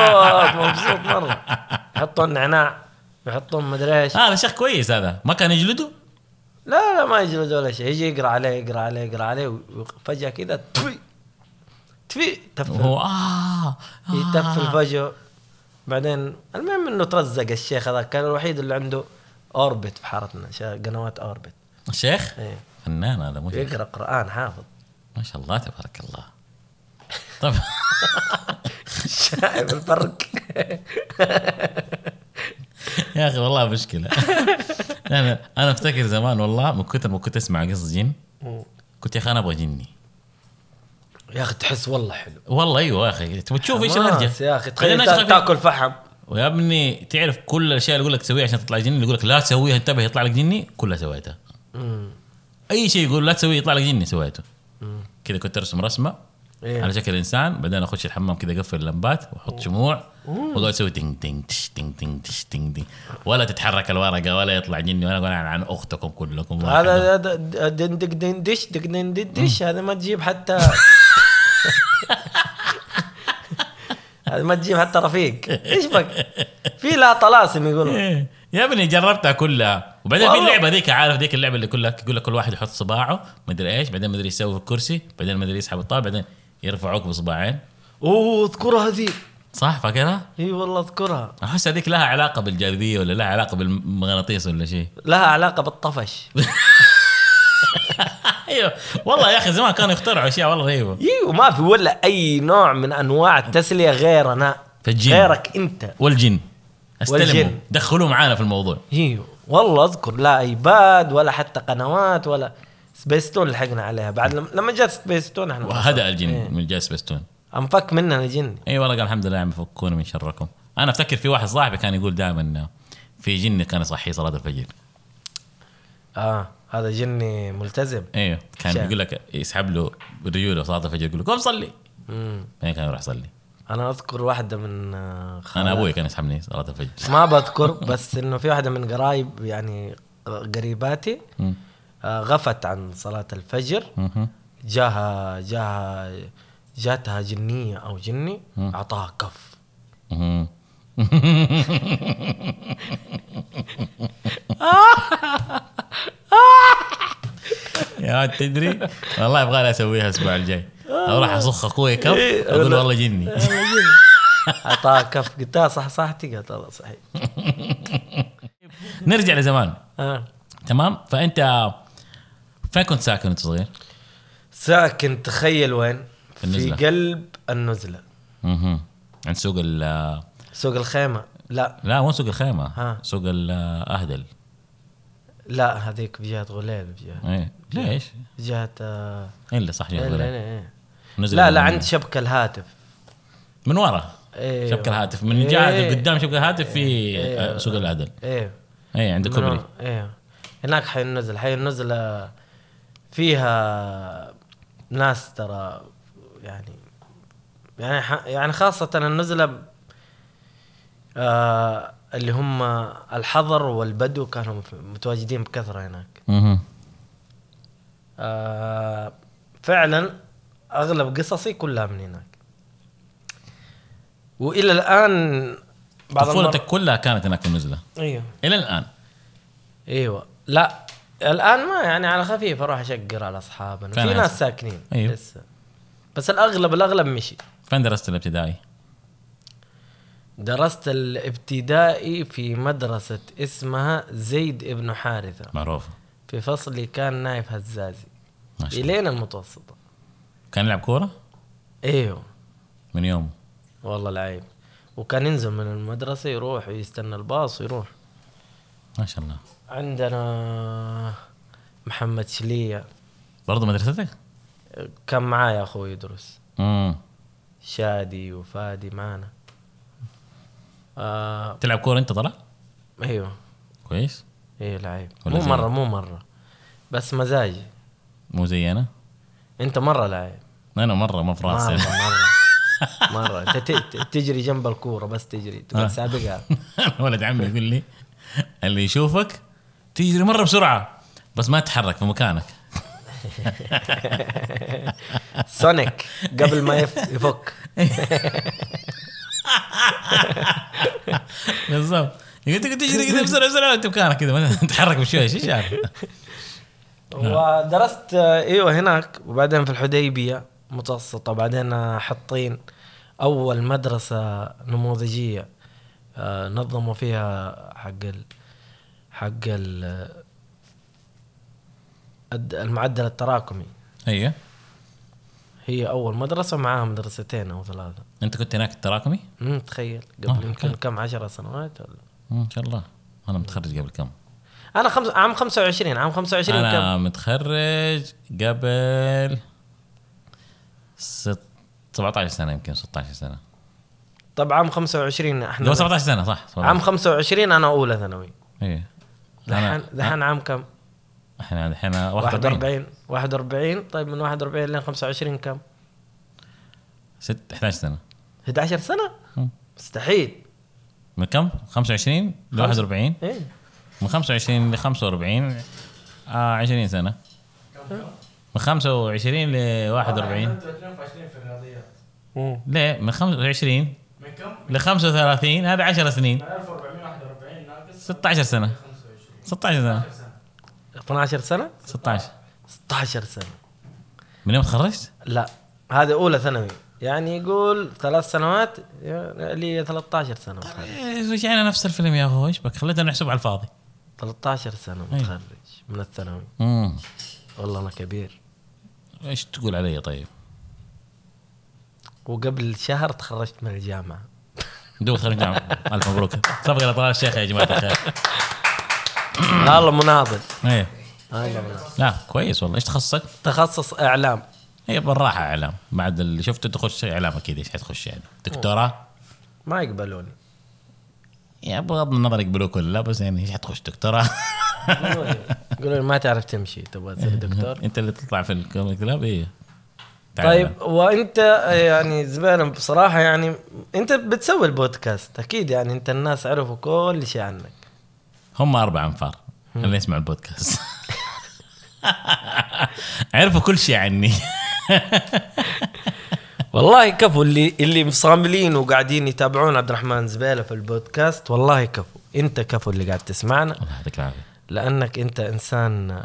[SPEAKER 2] مبسوط مره يحطوا النعناع يحطون مدري ايش
[SPEAKER 1] هذا شيخ كويس هذا ما كان يجلده
[SPEAKER 2] لا لا ما يجلد ولا شيء يجي يقرا عليه يقرا عليه يقرا عليه وفجاه كذا تفي تفي تفل
[SPEAKER 1] وهو اه آه.
[SPEAKER 2] يتفل فجاه بعدين المهم انه ترزق الشيخ هذا كان الوحيد اللي عنده اوربت في حارتنا شا- قنوات اوربت
[SPEAKER 1] شيخ
[SPEAKER 2] ايه
[SPEAKER 1] فنان هذا مو شيخ
[SPEAKER 2] يقرا قران حافظ
[SPEAKER 1] ما شاء الله تبارك الله طب
[SPEAKER 2] <laughs> شايف الفرق
[SPEAKER 1] يا اخي والله <laughs> مشكله انا انا افتكر زمان والله من كثر ما كنت اسمع قصص جن كنت يا اخي انا ابغى جني
[SPEAKER 2] يا اخي تحس والله حلو
[SPEAKER 1] والله ايوه يا اخي تبغى تشوف ايش
[SPEAKER 2] خلاص
[SPEAKER 1] الهرجه
[SPEAKER 2] يا اخي تخيل
[SPEAKER 1] بعدين أشغل
[SPEAKER 2] تا-
[SPEAKER 1] في-
[SPEAKER 2] تاكل فحم
[SPEAKER 1] ويا ابني تعرف كل الاشياء اللي يقول لك سويها عشان تطلع جني اللي يقول لك لا تسويها انتبه يطلع لك جني كلها سويتها
[SPEAKER 2] مم.
[SPEAKER 1] اي شيء يقول لا تسويه يطلع لك جني سويته كذا كنت ارسم رسمه
[SPEAKER 2] إيه.
[SPEAKER 1] على شكل انسان بعدين اخش الحمام كذا اقفل اللمبات واحط شموع واقعد اسوي دينج دينج تش دينج دينج تش دينج دينج ولا تتحرك الورقه ولا يطلع جني وانا اقول أنا عن اختكم كلكم واحدة.
[SPEAKER 2] هذا هذا دن دك دن دش دك دن دك دش هذا ما تجيب حتى <laughs> هذا ما تجيب حتى رفيق ايش بك في لا طلاسم يقولوا
[SPEAKER 1] إيه. يا ابني جربتها كلها وبعدين في
[SPEAKER 2] والله.
[SPEAKER 1] اللعبه ذيك عارف ذيك اللعبه اللي يقول لك يقول لك كل واحد يحط صباعه مدري ايش بعدين مدري يسوي في الكرسي بعدين مدري يسحب الطاوله بعدين يرفعوك بصباعين
[SPEAKER 2] اوه اذكرها ذي
[SPEAKER 1] صح فاكرها؟
[SPEAKER 2] اي والله اذكرها
[SPEAKER 1] احس هذيك لها علاقه بالجاذبيه ولا لها علاقه بالمغناطيس ولا شيء <laughs>
[SPEAKER 2] لها علاقه بالطفش
[SPEAKER 1] ايوه والله يا اخي زمان كانوا يخترعوا اشياء والله غريبه
[SPEAKER 2] ايوه ما في ولا اي نوع من انواع التسليه غير انا
[SPEAKER 1] فالجن.
[SPEAKER 2] غيرك انت
[SPEAKER 1] والجن استلموا
[SPEAKER 2] والجن.
[SPEAKER 1] دخلوه معانا في
[SPEAKER 2] <laughs>
[SPEAKER 1] الموضوع
[SPEAKER 2] ايوه والله اذكر لا ايباد ولا حتى قنوات ولا سبيستون لحقنا عليها بعد لم- لما جت سبيستون احنا
[SPEAKER 1] وهدأ
[SPEAKER 2] إيه.
[SPEAKER 1] الجن من جاي سبستون
[SPEAKER 2] انفك منها الجن
[SPEAKER 1] اي والله قال الحمد لله يا عم فكونا من شركم انا افتكر في واحد صاحبي كان يقول دائما في جن كان يصحي صلاه الفجر
[SPEAKER 2] اه هذا جني ملتزم
[SPEAKER 1] ايوه كان
[SPEAKER 2] شايف.
[SPEAKER 1] يقول لك يسحب له ريوله صلاه الفجر يقول له قوم صلي
[SPEAKER 2] مم.
[SPEAKER 1] بعدين كان يروح يصلي
[SPEAKER 2] انا اذكر واحده من آه، خالات-
[SPEAKER 1] انا ابوي كان يسحبني صلاه
[SPEAKER 2] <laughs>
[SPEAKER 1] الفجر
[SPEAKER 2] ما بذكر بس انه في واحده من قرايب يعني قريباتي
[SPEAKER 1] مم.
[SPEAKER 2] آه، غفت عن صلاه الفجر
[SPEAKER 1] مهم.
[SPEAKER 2] جاها جاها جاتها جنيه او جني اعطاها كف <laughs>
[SPEAKER 1] مهم. يا ولد تدري والله يبغى لي اسويها الاسبوع الجاي اروح اصخ اخوي كف
[SPEAKER 2] إيه،
[SPEAKER 1] اقول
[SPEAKER 2] أنا-
[SPEAKER 1] والله جني
[SPEAKER 2] اعطاها كف قلت لها صح صحتي قالت والله صحيح
[SPEAKER 1] نرجع لزمان
[SPEAKER 2] آه.
[SPEAKER 1] تمام فانت فين كنت ساكن وانت صغير؟
[SPEAKER 2] ساكن تخيل وين
[SPEAKER 1] في النزلة.
[SPEAKER 2] في قلب النزله
[SPEAKER 1] مهم. عند سوق ال
[SPEAKER 2] سوق الخيمه لا
[SPEAKER 1] لا مو سوق الخيمه
[SPEAKER 2] ها.
[SPEAKER 1] سوق الاهدل
[SPEAKER 2] لا هذيك بجهه غليل بجهه
[SPEAKER 1] ايه ليش؟
[SPEAKER 2] بجهه آه،
[SPEAKER 1] إيه اللي صح
[SPEAKER 2] إيه،
[SPEAKER 1] جهة
[SPEAKER 2] لا
[SPEAKER 1] غريب.
[SPEAKER 2] لا إيه.
[SPEAKER 1] نزل
[SPEAKER 2] لا
[SPEAKER 1] من-
[SPEAKER 2] لا عند شبكه الهاتف
[SPEAKER 1] من ورا
[SPEAKER 2] إيه.
[SPEAKER 1] شبكه الهاتف من جهه قدام شبكه الهاتف في آه، سوق العدل
[SPEAKER 2] ايه
[SPEAKER 1] اي إيه، عند
[SPEAKER 2] من
[SPEAKER 1] كوبري
[SPEAKER 2] هون- ايه هناك حي النزل حي النزل آه، فيها ناس ترى يعني يعني ح- يعني خاصة النزلة آه اللي هم الحضر والبدو كانوا في- متواجدين بكثرة هناك
[SPEAKER 1] مهم.
[SPEAKER 2] آه فعلا أغلب قصصي كلها من هناك وإلى الآن بعض
[SPEAKER 1] طفولتك كلها كانت هناك في النزله
[SPEAKER 2] ايوه
[SPEAKER 1] الى الان
[SPEAKER 2] ايوه لا الان ما يعني على خفيف اروح اشقر على اصحابنا
[SPEAKER 1] فعلا.
[SPEAKER 2] في ناس ساكنين
[SPEAKER 1] أيوه.
[SPEAKER 2] لسه بس الاغلب الاغلب مشي
[SPEAKER 1] فين درست الابتدائي؟
[SPEAKER 2] درست الابتدائي في مدرسة اسمها زيد ابن حارثة
[SPEAKER 1] معروف
[SPEAKER 2] في فصلي كان نايف هزازي
[SPEAKER 1] ما شاء الله
[SPEAKER 2] إلين المتوسطة
[SPEAKER 1] كان يلعب كوره
[SPEAKER 2] ايوه
[SPEAKER 1] من يوم
[SPEAKER 2] والله العيب وكان ينزل من المدرسة يروح ويستنى الباص ويروح
[SPEAKER 1] ما شاء الله
[SPEAKER 2] عندنا محمد شلية
[SPEAKER 1] برضه مدرستك؟
[SPEAKER 2] كان معايا أخوي يدرس
[SPEAKER 1] امم
[SPEAKER 2] شادي وفادي معنا آه
[SPEAKER 1] تلعب كوره انت طلع؟
[SPEAKER 2] ايوه
[SPEAKER 1] كويس
[SPEAKER 2] ايه لعيب
[SPEAKER 1] ولا
[SPEAKER 2] مو
[SPEAKER 1] زي-
[SPEAKER 2] مره مو مره بس مزاجي
[SPEAKER 1] مو زي انا
[SPEAKER 2] انت مره لعيب
[SPEAKER 1] انا مره ما في
[SPEAKER 2] مره
[SPEAKER 1] راسي
[SPEAKER 2] مره مره انت ت- ت- تجري جنب الكوره بس تجري تبغى تسابقها
[SPEAKER 1] <laughs> ولد عمي يقول لي اللي يشوفك تجري مره بسرعه بس ما تتحرك في مكانك <laughs>
[SPEAKER 2] سونيك قبل ما يف- يفك
[SPEAKER 1] بالضبط يقول تقعد تجري كذا بسرعه بسرعه انت مكانك كذا <laughs> ما تتحرك بشوي شو شاف
[SPEAKER 2] ودرست آه، ايوه هناك وبعدين في الحديبيه متوسطه بعدين آه، حطين اول مدرسه نموذجيه آه، نظموا فيها حق ال حق ال آه، الد- المعدل التراكمي
[SPEAKER 1] ايوه
[SPEAKER 2] هي اول مدرسه معاها مدرستين او ثلاثه
[SPEAKER 1] انت كنت هناك التراكمي؟
[SPEAKER 2] مم، تخيل
[SPEAKER 1] آه،
[SPEAKER 2] قبل يمكن كم عشرة سنوات ولا
[SPEAKER 1] ما شاء الله انا متخرج قبل كم؟
[SPEAKER 2] انا خمس عام 25 عام 25 كم
[SPEAKER 1] انا متخرج قبل ست 17 سنه يمكن 16 سنه
[SPEAKER 2] طب عام 25 احنا
[SPEAKER 1] لو 17 سنه صح 17.
[SPEAKER 2] عام 25 انا اولى ثانوي
[SPEAKER 1] ايه
[SPEAKER 2] دحين
[SPEAKER 1] أنا-
[SPEAKER 2] دحين عام كم؟
[SPEAKER 1] احنا الحين 41
[SPEAKER 2] 41 41 طيب من 41 لين 25 كم؟
[SPEAKER 1] 6 11 سنه
[SPEAKER 2] 11 سنة؟
[SPEAKER 1] مم.
[SPEAKER 2] مستحيل
[SPEAKER 1] من كم؟ 25 ل 41
[SPEAKER 2] ايه
[SPEAKER 1] من 25 ل 45 آه 20 سنه من 25 ل 41
[SPEAKER 2] مم.
[SPEAKER 1] ليه من 25
[SPEAKER 3] من كم؟
[SPEAKER 1] ل 35 هذا 10 سنين
[SPEAKER 3] من 1441 ناقص
[SPEAKER 1] 16 سنه
[SPEAKER 3] 25
[SPEAKER 1] 16 سنه
[SPEAKER 2] 12 سنة؟
[SPEAKER 1] 16
[SPEAKER 2] 16 سنة
[SPEAKER 1] من يوم تخرجت؟
[SPEAKER 2] لا هذه أولى ثانوي يعني يقول ثلاث سنوات يعني لي 13 سنة متخرج
[SPEAKER 1] ايش يعني نفس الفيلم يا اخوي ايش بك خليتنا نحسب على الفاضي
[SPEAKER 2] 13 سنة
[SPEAKER 1] أي.
[SPEAKER 2] متخرج من الثانوي
[SPEAKER 1] امم
[SPEAKER 2] والله أنا كبير
[SPEAKER 1] ايش تقول علي طيب؟
[SPEAKER 2] وقبل شهر تخرجت من الجامعة
[SPEAKER 1] دوب تخرج جامعة <laughs> الف مبروك سبق على طلال الشيخ يا جماعه الخير
[SPEAKER 2] والله مناضل
[SPEAKER 1] ايه
[SPEAKER 2] والله مناضل.
[SPEAKER 1] لا كويس والله إيه، ايش تخصصك؟
[SPEAKER 2] تخصص إعلام
[SPEAKER 1] هي بالراحه اعلام بعد اللي شفته تخش اعلام اكيد ايش حتخش يعني دكتوراه؟
[SPEAKER 2] ما يقبلوني
[SPEAKER 1] يعني بغض النظر يقبلوك ولا لا بس يعني ايش حتخش دكتوراه؟
[SPEAKER 2] يقولوا لي ما تعرف تمشي تبغى
[SPEAKER 1] إيه.
[SPEAKER 2] تصير دكتور
[SPEAKER 1] <laughs> انت اللي تطلع في الكلاب ايه تعال.
[SPEAKER 2] طيب وانت يعني زبالة بصراحة يعني انت بتسوي البودكاست اكيد يعني انت الناس عرفوا كل شيء عنك
[SPEAKER 1] هم اربع انفار اللي يسمع
[SPEAKER 2] <laughs>
[SPEAKER 1] البودكاست <laughs> عرفوا كل شيء عني
[SPEAKER 2] <laughs> والله كفو اللي اللي مصاملين وقاعدين يتابعون عبد الرحمن زبالة في البودكاست والله كفو انت كفو اللي قاعد تسمعنا
[SPEAKER 1] الله يعطيك العافيه
[SPEAKER 2] لانك انت انسان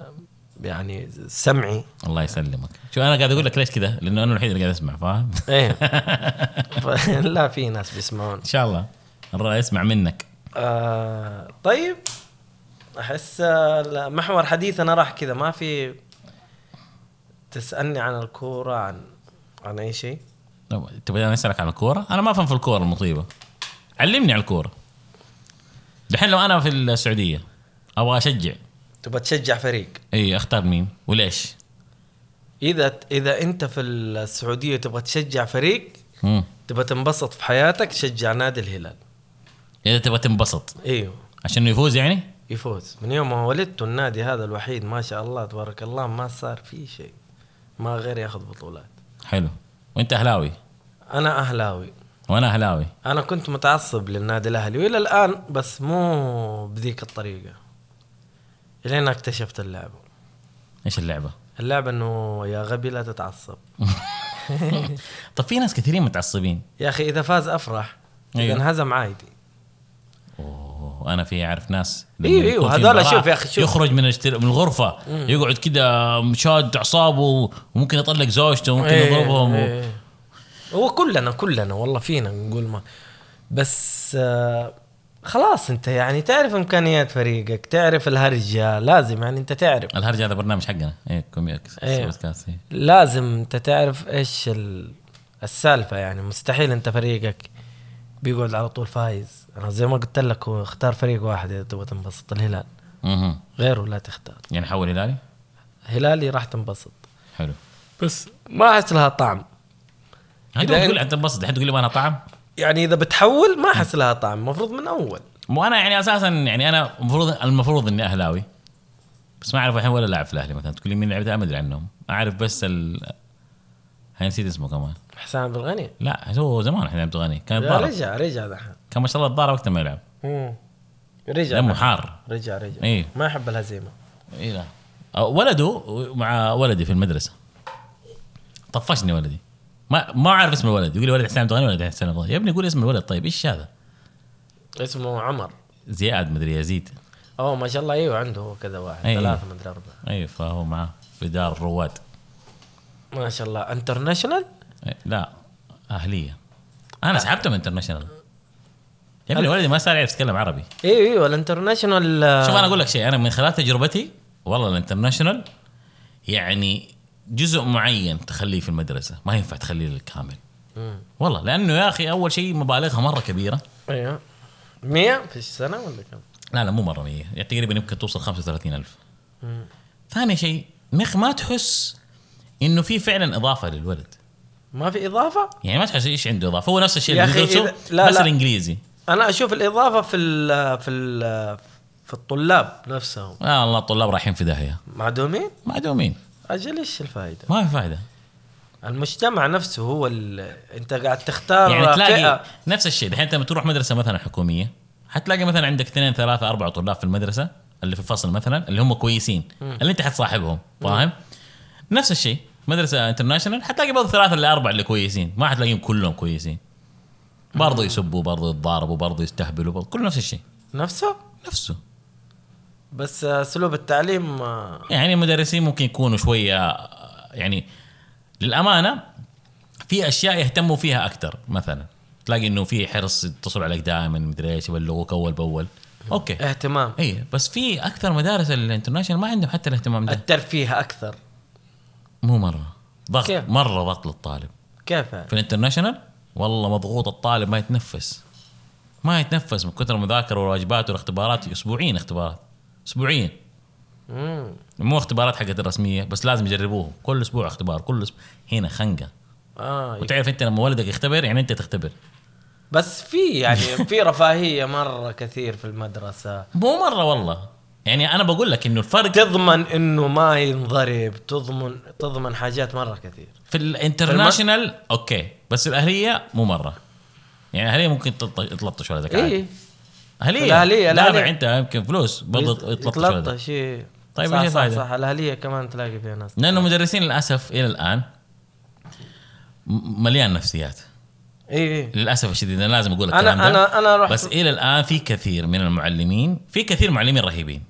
[SPEAKER 2] يعني سمعي
[SPEAKER 1] الله يسلمك شو انا قاعد اقول لك ليش كذا لانه انا الوحيد اللي قاعد اسمع فاهم <laughs>
[SPEAKER 2] ايه ف- <laughs> لا في ناس بيسمعون
[SPEAKER 1] ان شاء الله الرأي يسمع منك
[SPEAKER 2] آه طيب احس آه، محور حديثنا راح كذا ما في تسالني عن الكوره عن عن اي شيء
[SPEAKER 1] لو تبغى انا اسالك عن الكوره انا ما افهم في الكوره المطيبه علمني على الكوره دحين لو انا في السعوديه ابغى اشجع
[SPEAKER 2] تبغى تشجع فريق
[SPEAKER 1] اي اختار مين وليش
[SPEAKER 2] اذا اذا انت في السعوديه تبغى تشجع فريق
[SPEAKER 1] مم.
[SPEAKER 2] تبغى تنبسط في حياتك شجع نادي الهلال
[SPEAKER 1] اذا تبغى تنبسط
[SPEAKER 2] ايوه
[SPEAKER 1] عشان يفوز يعني
[SPEAKER 2] يفوز من يوم ما ولدت النادي هذا الوحيد ما شاء الله تبارك الله ما صار فيه شيء ما غير ياخذ بطولات
[SPEAKER 1] حلو وانت اهلاوي
[SPEAKER 2] انا اهلاوي
[SPEAKER 1] وانا اهلاوي
[SPEAKER 2] انا كنت متعصب للنادي الاهلي والى الان بس مو بذيك الطريقه الين اكتشفت اللعبه
[SPEAKER 1] ايش اللعبه
[SPEAKER 2] اللعبه انه يا غبي لا تتعصب
[SPEAKER 1] طب في ناس كثيرين متعصبين
[SPEAKER 2] يا اخي اذا فاز افرح اذا
[SPEAKER 1] أيوه.
[SPEAKER 2] انهزم عادي
[SPEAKER 1] اوه انا في اعرف ناس لما
[SPEAKER 2] أيوه، أيوه،
[SPEAKER 1] يكون في
[SPEAKER 2] هذول
[SPEAKER 1] مباراة
[SPEAKER 2] شوف يا أخي، شوف.
[SPEAKER 1] يخرج من الاشتر... من الغرفه يقعد كذا مشاد اعصابه وممكن يطلق زوجته وممكن يضربهم و...
[SPEAKER 2] إيه. هو كلنا كلنا والله فينا نقول ما بس آه خلاص انت يعني تعرف امكانيات فريقك تعرف الهرجه لازم يعني انت تعرف
[SPEAKER 1] الهرجه هذا برنامج حقنا ايه كوميكس
[SPEAKER 2] إيه.
[SPEAKER 1] بودكاست إيه.
[SPEAKER 2] لازم انت تعرف ايش ال- السالفه يعني مستحيل انت فريقك بيقعد على طول فايز انا زي ما قلت لك هو اختار فريق واحد اذا تبغى تنبسط الهلال
[SPEAKER 1] مهم.
[SPEAKER 2] غيره لا تختار
[SPEAKER 1] يعني حول هلالي
[SPEAKER 2] هلالي راح تنبسط
[SPEAKER 1] حلو
[SPEAKER 2] بس ما احس لها طعم
[SPEAKER 1] انت
[SPEAKER 2] إذا
[SPEAKER 1] تقول انت انبسط الحين تقول لي ما انا طعم
[SPEAKER 2] يعني اذا بتحول ما احس لها طعم المفروض من اول
[SPEAKER 1] مو انا يعني اساسا يعني انا المفروض المفروض اني اهلاوي بس ما اعرف الحين ولا لاعب في الاهلي مثلا تقول لي مين لعب ما ادري عنهم اعرف بس ال هاي نسيت اسمه كمان
[SPEAKER 2] حسام بالغني
[SPEAKER 1] لا هو زمان حسين عبد الغني كان
[SPEAKER 2] لا،
[SPEAKER 1] يتضارب
[SPEAKER 2] رجع رجع دحين
[SPEAKER 1] كان ما شاء الله يتضارب وقت ما يلعب
[SPEAKER 2] مم. رجع
[SPEAKER 1] دمه
[SPEAKER 2] دحين.
[SPEAKER 1] حار
[SPEAKER 2] رجع رجع
[SPEAKER 1] إيه.
[SPEAKER 2] ما يحب الهزيمه
[SPEAKER 1] اي لا أه، ولده مع ولدي في المدرسه طفشني ولدي ما ما عارف اسم الولد يقول لي ولد حسين عبد الغني ولد حسين عبد الغني يا ابني قول اسم الولد طيب ايش هذا؟
[SPEAKER 2] اسمه عمر
[SPEAKER 1] زياد مدري يزيد
[SPEAKER 2] اوه ما شاء الله ايوه عنده هو كذا واحد
[SPEAKER 1] إيه.
[SPEAKER 2] ثلاثه مدري اربعه
[SPEAKER 1] اي فهو معاه في دار الرواد
[SPEAKER 2] ما شاء الله انترناشونال
[SPEAKER 1] إيه، لا اهليه انا سحبته من انترناشونال يا ابني ولدي ما صار يعرف يتكلم عربي
[SPEAKER 2] ايوه ايوه الانترناشونال
[SPEAKER 1] شوف انا اقول لك شيء انا من خلال تجربتي والله الانترناشونال يعني جزء معين تخليه في المدرسه ما ينفع تخليه الكامل
[SPEAKER 2] مم.
[SPEAKER 1] والله لانه يا اخي اول شيء مبالغها مره كبيره
[SPEAKER 2] ايوه 100 في السنه ولا كم؟
[SPEAKER 1] لا لا مو مره 100 يعني تقريبا يمكن توصل 35000 ثاني شيء مخ ما تحس انه في فعلا اضافه للولد
[SPEAKER 2] ما في اضافه؟
[SPEAKER 1] يعني ما تحس ايش عنده اضافه هو نفس الشيء
[SPEAKER 2] يا
[SPEAKER 1] اللي
[SPEAKER 2] أخي
[SPEAKER 1] يدرسه
[SPEAKER 2] إذا- لا،
[SPEAKER 1] بس
[SPEAKER 2] لا.
[SPEAKER 1] الانجليزي
[SPEAKER 2] انا اشوف الاضافه في ال في ال في الطلاب نفسهم
[SPEAKER 1] آه الله الطلاب رايحين في داهيه
[SPEAKER 2] معدومين؟
[SPEAKER 1] معدومين
[SPEAKER 2] اجل ايش الفائده؟
[SPEAKER 1] ما في فائده
[SPEAKER 2] المجتمع نفسه هو ال... انت قاعد تختار
[SPEAKER 1] يعني تلاقي
[SPEAKER 2] فئه
[SPEAKER 1] نفس الشيء الحين انت لما تروح مدرسه مثلا حكوميه حتلاقي مثلا عندك اثنين ثلاثه اربعه طلاب في المدرسه اللي في الفصل مثلا اللي هم كويسين اللي انت حتصاحبهم فاهم؟ نفس الشيء مدرسه انترناشونال حتلاقي برضه ثلاثه اللي اربعه اللي كويسين ما حتلاقيهم كلهم كويسين برضه يسبوا برضه يتضاربوا برضه يستهبلوا برضه كله نفس الشيء
[SPEAKER 2] نفسه
[SPEAKER 1] نفسه
[SPEAKER 2] بس اسلوب التعليم آه،
[SPEAKER 1] يعني المدرسين ممكن يكونوا شويه آه، يعني للامانه في اشياء يهتموا فيها اكثر مثلا تلاقي انه في حرص يتصلوا عليك دائما مدري ايش يبلغوك اول باول اوكي
[SPEAKER 2] اهتمام
[SPEAKER 1] اي إيه، بس في اكثر مدارس الانترناشونال ما عندهم حتى الاهتمام ده
[SPEAKER 2] الترفيه اكثر
[SPEAKER 1] مو مره ضغط
[SPEAKER 2] كيف؟
[SPEAKER 1] مره ضغط للطالب
[SPEAKER 2] كيف
[SPEAKER 1] في الانترناشونال والله مضغوط الطالب ما يتنفس ما يتنفس من كثر المذاكره والواجبات والاختبارات اسبوعين اختبارات اسبوعين
[SPEAKER 2] مم.
[SPEAKER 1] مو اختبارات حقت الرسميه بس لازم يجربوه كل اسبوع اختبار كل اسبوع هنا خنقه
[SPEAKER 2] اه
[SPEAKER 1] وتعرف انت لما ولدك يختبر يعني انت تختبر
[SPEAKER 2] بس في يعني في رفاهيه مره كثير في المدرسه
[SPEAKER 1] مو مره والله يعني انا بقول لك انه الفرق
[SPEAKER 2] تضمن انه ما ينضرب تضمن تضمن حاجات مره كثير
[SPEAKER 1] في الانترناشنال اوكي بس الاهليه مو مره يعني الاهليه ممكن تلط- تلطش ولدك عادي
[SPEAKER 2] ايه
[SPEAKER 1] اهليه
[SPEAKER 2] الأهلية-
[SPEAKER 1] دافع
[SPEAKER 2] الأهلية.
[SPEAKER 1] انت يمكن فلوس برضه يتلطش ولدك
[SPEAKER 2] يتلطش إيه.
[SPEAKER 1] طيب
[SPEAKER 2] صح
[SPEAKER 1] وش
[SPEAKER 2] صح,
[SPEAKER 1] الفائدة؟
[SPEAKER 2] صح الاهليه كمان تلاقي فيها ناس
[SPEAKER 1] لانه المدرسين للاسف الى الان م- مليان نفسيات
[SPEAKER 2] ايه إيه.
[SPEAKER 1] للاسف الشديد انا لازم اقول
[SPEAKER 2] أنا-
[SPEAKER 1] الكلام ده
[SPEAKER 2] أنا- أنا رحت-
[SPEAKER 1] بس الى الان في كثير من المعلمين في كثير معلمين رهيبين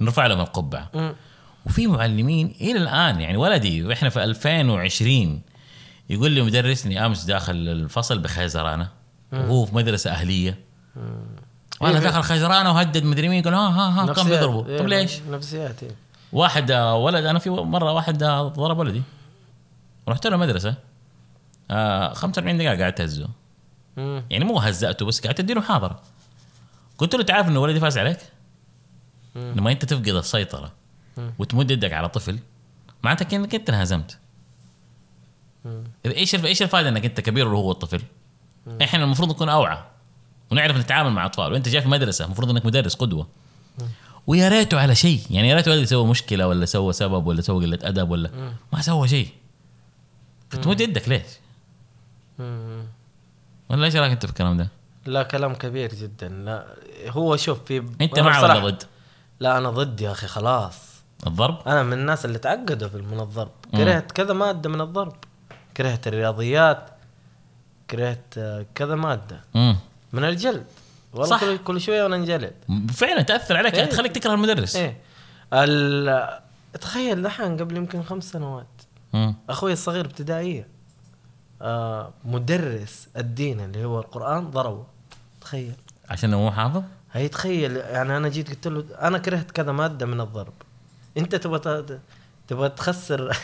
[SPEAKER 1] نرفع لهم القبعه
[SPEAKER 2] مم.
[SPEAKER 1] وفي معلمين الى الان يعني ولدي واحنا في 2020 يقول لي مدرسني امس داخل الفصل بخيزرانه وهو في مدرسه اهليه وانا
[SPEAKER 2] إيه.
[SPEAKER 1] داخل خيزرانه وهدد مدري مين يقول "آه، ها ها ها كم
[SPEAKER 2] نفسيات.
[SPEAKER 1] بيضربوا
[SPEAKER 2] إيه،
[SPEAKER 1] طب ليش؟
[SPEAKER 2] نفسيات إيه.
[SPEAKER 1] واحد آه، ولد انا في مره واحد آه، ضرب ولدي رحت له مدرسه آه 45 دقيقه قعدت اهزه
[SPEAKER 2] مم.
[SPEAKER 1] يعني مو هزأته بس قعدت اديله محاضره قلت له تعرف انه ولدي فاز عليك؟
[SPEAKER 2] مم.
[SPEAKER 1] لما انت تفقد السيطره
[SPEAKER 2] مم.
[SPEAKER 1] وتمد يدك على طفل معناتك انك انت انهزمت
[SPEAKER 2] مم.
[SPEAKER 1] إذا ايش الف- ايش الفائده انك انت كبير وهو الطفل؟ احنا المفروض نكون اوعى ونعرف نتعامل مع اطفال وانت جاي في مدرسه المفروض انك مدرس قدوه ويا ريته على شيء يعني يا ريت ولدي سوى مشكله ولا سوى سبب ولا سوى قله ادب ولا ما سوى شيء فتمد يدك ليش؟
[SPEAKER 2] مم.
[SPEAKER 1] ولا ايش رايك انت في الكلام ده؟
[SPEAKER 2] لا كلام كبير جدا لا هو شوف في
[SPEAKER 1] انت
[SPEAKER 2] أنا
[SPEAKER 1] مع ولا
[SPEAKER 2] بصراحة-
[SPEAKER 1] ضد
[SPEAKER 2] لا انا ضد يا اخي خلاص
[SPEAKER 1] الضرب؟
[SPEAKER 2] انا من الناس اللي تعقدوا في من الضرب
[SPEAKER 1] مم.
[SPEAKER 2] كرهت كذا ماده من الضرب كرهت الرياضيات كرهت آه، كذا ماده
[SPEAKER 1] امم
[SPEAKER 2] من الجلد والله
[SPEAKER 1] صح.
[SPEAKER 2] صح. كل, كل شويه وانا انجلد
[SPEAKER 1] فعلا تاثر عليك
[SPEAKER 2] إيه.
[SPEAKER 1] تخليك تكره المدرس
[SPEAKER 2] ايه ال... تخيل دحين قبل يمكن خمس سنوات
[SPEAKER 1] مم.
[SPEAKER 2] اخوي الصغير ابتدائيه آه مدرس الدين اللي هو القران ضربه تخيل
[SPEAKER 1] عشان هو مو حافظ
[SPEAKER 2] هي تخيل يعني انا جيت قلت له انا كرهت كذا ماده من الضرب انت تبغى ت- تبغى تخسر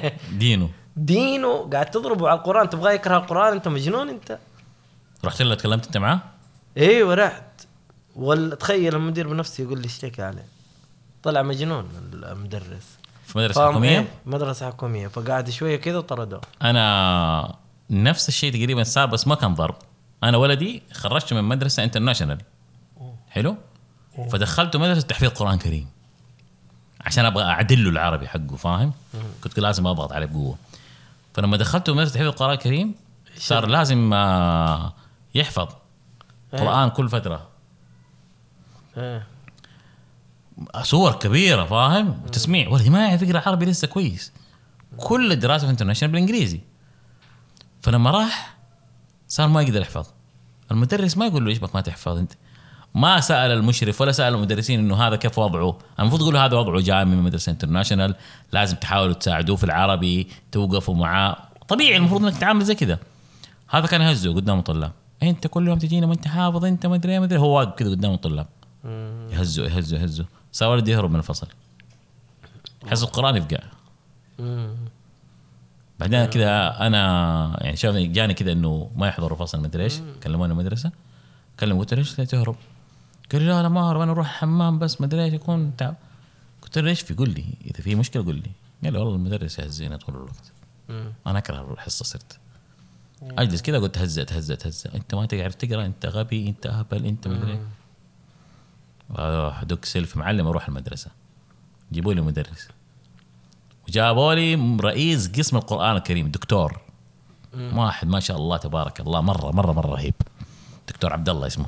[SPEAKER 2] <laughs>
[SPEAKER 1] دينه
[SPEAKER 2] دينه قاعد تضربه على القران تبغاه يكره القران انت مجنون انت
[SPEAKER 1] رحت له تكلمت انت معاه؟
[SPEAKER 2] ايوه رحت ولا تخيل المدير بنفسه يقول لي اشتكى عليه طلع مجنون المدرس
[SPEAKER 1] في مدرسه
[SPEAKER 2] فهم-
[SPEAKER 1] حكوميه؟
[SPEAKER 2] إيه، مدرسه حكوميه فقعد شويه كذا وطردوه
[SPEAKER 1] انا نفس الشيء تقريبا صار بس ما كان ضرب انا ولدي خرجته من مدرسه انترناشونال حلو
[SPEAKER 2] إيه.
[SPEAKER 1] فدخلته مدرسه تحفيظ قران كريم عشان ابغى اعدل له العربي حقه فاهم كنت لازم اضغط عليه بقوه فلما دخلته مدرسه تحفيظ قران كريم صار لازم آه، يحفظ قران كل فتره
[SPEAKER 2] إيه.
[SPEAKER 1] صور كبيره فاهم وتسميع ولدي ما يعرف يقرا عربي لسه كويس كل دراسه في انترناشونال بالانجليزي فلما راح صار ما يقدر يحفظ المدرس ما يقول له ايش بك ما تحفظ انت ما سال المشرف ولا سال المدرسين انه هذا كيف وضعه المفروض يقول له هذا وضعه جاي من مدرسه انترناشونال لازم تحاولوا تساعدوه في العربي توقفوا معاه طبيعي المفروض انك تتعامل زي كذا هذا كان يهزه قدام الطلاب انت كل يوم تجينا ما انت حافظ انت ما ادري ما ادري هو واقف كذا قدام الطلاب يهزوا يهزوا يهزوا صار ولدي يهرب من الفصل حفظ القران يفقع
[SPEAKER 2] مم.
[SPEAKER 1] بعدين كذا انا يعني شافني جاني كذا انه ما يحضر الفصل ما ادري ايش كلموني المدرسه كلم قلت له ليش تهرب؟ قال لي لا انا ما اهرب انا اروح الحمام بس ما ادري ايش اكون تعب قلت له ليش في قول لي اذا في مشكله قول لي قال لي والله المدرس يهزيني طول الوقت
[SPEAKER 2] مم.
[SPEAKER 1] انا اكره الحصه صرت اجلس كذا قلت هزه هزه هزه انت ما تعرف تقرا انت غبي انت اهبل انت مدري إيه. اروح ادق سلف معلم اروح المدرسه جيبوا لي مدرس وجابوا لي رئيس قسم القران الكريم دكتور واحد ما شاء الله تبارك الله مره مره مره رهيب دكتور عبد الله اسمه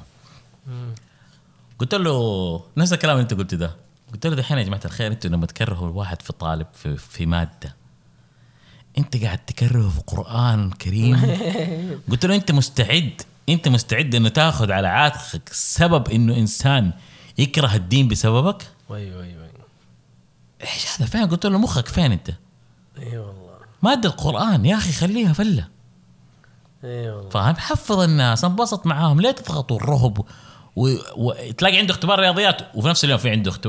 [SPEAKER 1] قلت له نفس الكلام اللي انت قلته ده قلت له دحين يا جماعه الخير انتوا لما تكرهوا الواحد في طالب في, في ماده انت قاعد تكرهه في قران كريم قلت له انت مستعد انت مستعد انه تاخذ على عاتقك سبب انه انسان يكره الدين بسببك
[SPEAKER 2] وي وي وي
[SPEAKER 1] ايش هذا فين قلت له مخك فين انت
[SPEAKER 2] اي إيه والله
[SPEAKER 1] ماده القران يا اخي خليها فله
[SPEAKER 2] اي إيه والله
[SPEAKER 1] فاهم حفظ الناس انبسط معاهم ليه تضغطوا الرهب وتلاقي عنده اختبار رياضيات وفي نفس اليوم في عنده اخت-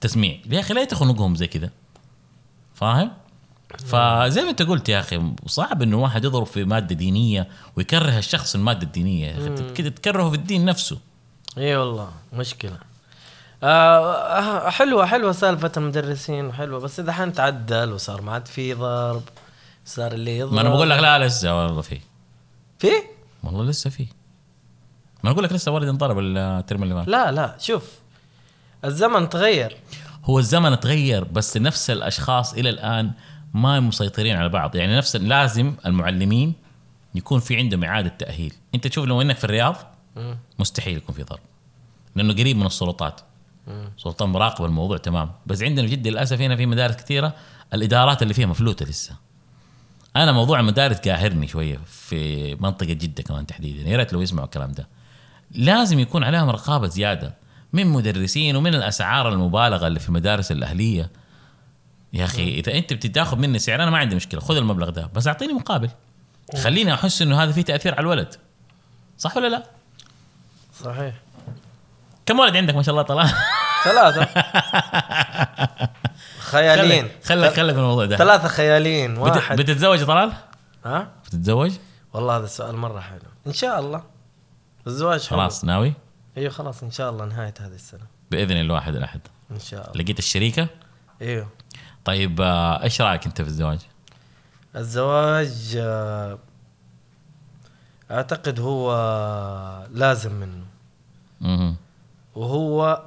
[SPEAKER 1] تسميع يا اخي ليه تخنقهم زي كذا فاهم فزي ما انت قلت يا اخي صعب انه واحد يضرب في ماده دينيه ويكره الشخص الماده الدينيه يا اخي كذا تكرهه في الدين نفسه
[SPEAKER 2] اي إيه والله مشكله آه حلوه حلوه سالفه المدرسين حلوه بس اذا حن تعدل وصار ما عاد في ضرب صار اللي يضرب
[SPEAKER 1] ما انا بقول لك لا لسه والله في
[SPEAKER 2] في
[SPEAKER 1] والله لسه في ما أنا اقول لك لسه والدي انضرب الترم اللي فات
[SPEAKER 2] لا لا شوف الزمن تغير
[SPEAKER 1] هو الزمن تغير بس نفس الاشخاص الى الان ما مسيطرين على بعض يعني نفس لازم المعلمين يكون في عندهم اعاده تاهيل انت تشوف لو انك في الرياض
[SPEAKER 2] مم.
[SPEAKER 1] مستحيل يكون في ضرب لانه قريب من السلطات
[SPEAKER 2] مم.
[SPEAKER 1] السلطان مراقب الموضوع تمام بس عندنا في جده للاسف هنا في مدارس كثيره الادارات اللي فيها مفلوته لسه انا موضوع المدارس قاهرني شويه في منطقه جده كمان تحديدا يا ريت لو يسمعوا الكلام ده لازم يكون عليهم رقابه زياده من مدرسين ومن الاسعار المبالغه اللي في المدارس الاهليه يا اخي اذا انت بتاخذ مني سعر انا ما عندي مشكله خذ المبلغ ده بس اعطيني مقابل خليني احس انه هذا فيه تاثير على الولد صح ولا لا؟
[SPEAKER 2] صحيح
[SPEAKER 1] كم ولد عندك ما شاء الله
[SPEAKER 2] <laughs>
[SPEAKER 1] طلال؟
[SPEAKER 2] ثلاثه خيالين
[SPEAKER 1] خلك خلك خلك من الموضوع ده
[SPEAKER 2] ثلاثه خيالين
[SPEAKER 1] بت-
[SPEAKER 2] واحد
[SPEAKER 1] بتتزوج يا طلال؟
[SPEAKER 2] ها
[SPEAKER 1] بتتزوج؟
[SPEAKER 2] والله هذا السؤال مره حلو ان شاء الله الزواج حلو.
[SPEAKER 1] خلاص ناوي؟
[SPEAKER 2] ايوه خلاص ان شاء الله نهايه هذه السنه
[SPEAKER 1] باذن الواحد الاحد
[SPEAKER 2] ان شاء الله
[SPEAKER 1] لقيت الشريكه؟
[SPEAKER 2] ايوه
[SPEAKER 1] طيب آه، ايش رايك انت في الزواج؟
[SPEAKER 2] الزواج آه، اعتقد هو آه، لازم منه
[SPEAKER 1] مهم.
[SPEAKER 2] وهو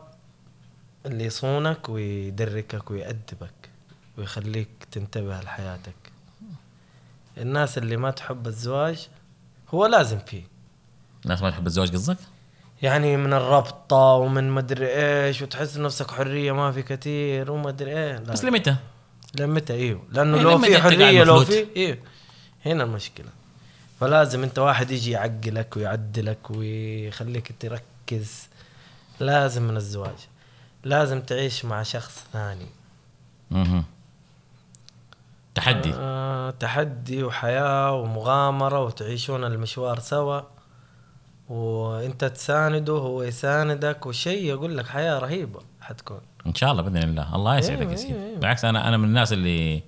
[SPEAKER 2] اللي يصونك ويدركك ويأدبك ويخليك تنتبه لحياتك الناس اللي ما تحب الزواج هو لازم فيه
[SPEAKER 1] الناس ما تحب الزواج قصدك؟
[SPEAKER 2] يعني من الربطة ومن مدري ايش وتحس نفسك حرية ما في كثير ومدري ايه لا.
[SPEAKER 1] بس لمتى؟
[SPEAKER 2] لمتى ايوه لانه
[SPEAKER 1] إيه،
[SPEAKER 2] لو
[SPEAKER 1] لمتى
[SPEAKER 2] في
[SPEAKER 1] أنت قاعد
[SPEAKER 2] حريه لو
[SPEAKER 1] مفلوت؟
[SPEAKER 2] في ايوه هنا المشكله فلازم انت واحد يجي يعقلك ويعدلك ويخليك تركز لازم من الزواج لازم تعيش مع شخص ثاني
[SPEAKER 1] مهم. تحدي
[SPEAKER 2] آه تحدي وحياه ومغامره وتعيشون المشوار سوا وانت تسانده وهو يساندك وشيء يقول لك حياه رهيبه حتكون
[SPEAKER 1] ان شاء الله باذن الله الله يسعدك
[SPEAKER 2] أيوة،
[SPEAKER 1] يا سيدي
[SPEAKER 2] أيوة، أيوة.
[SPEAKER 1] بالعكس انا انا من الناس اللي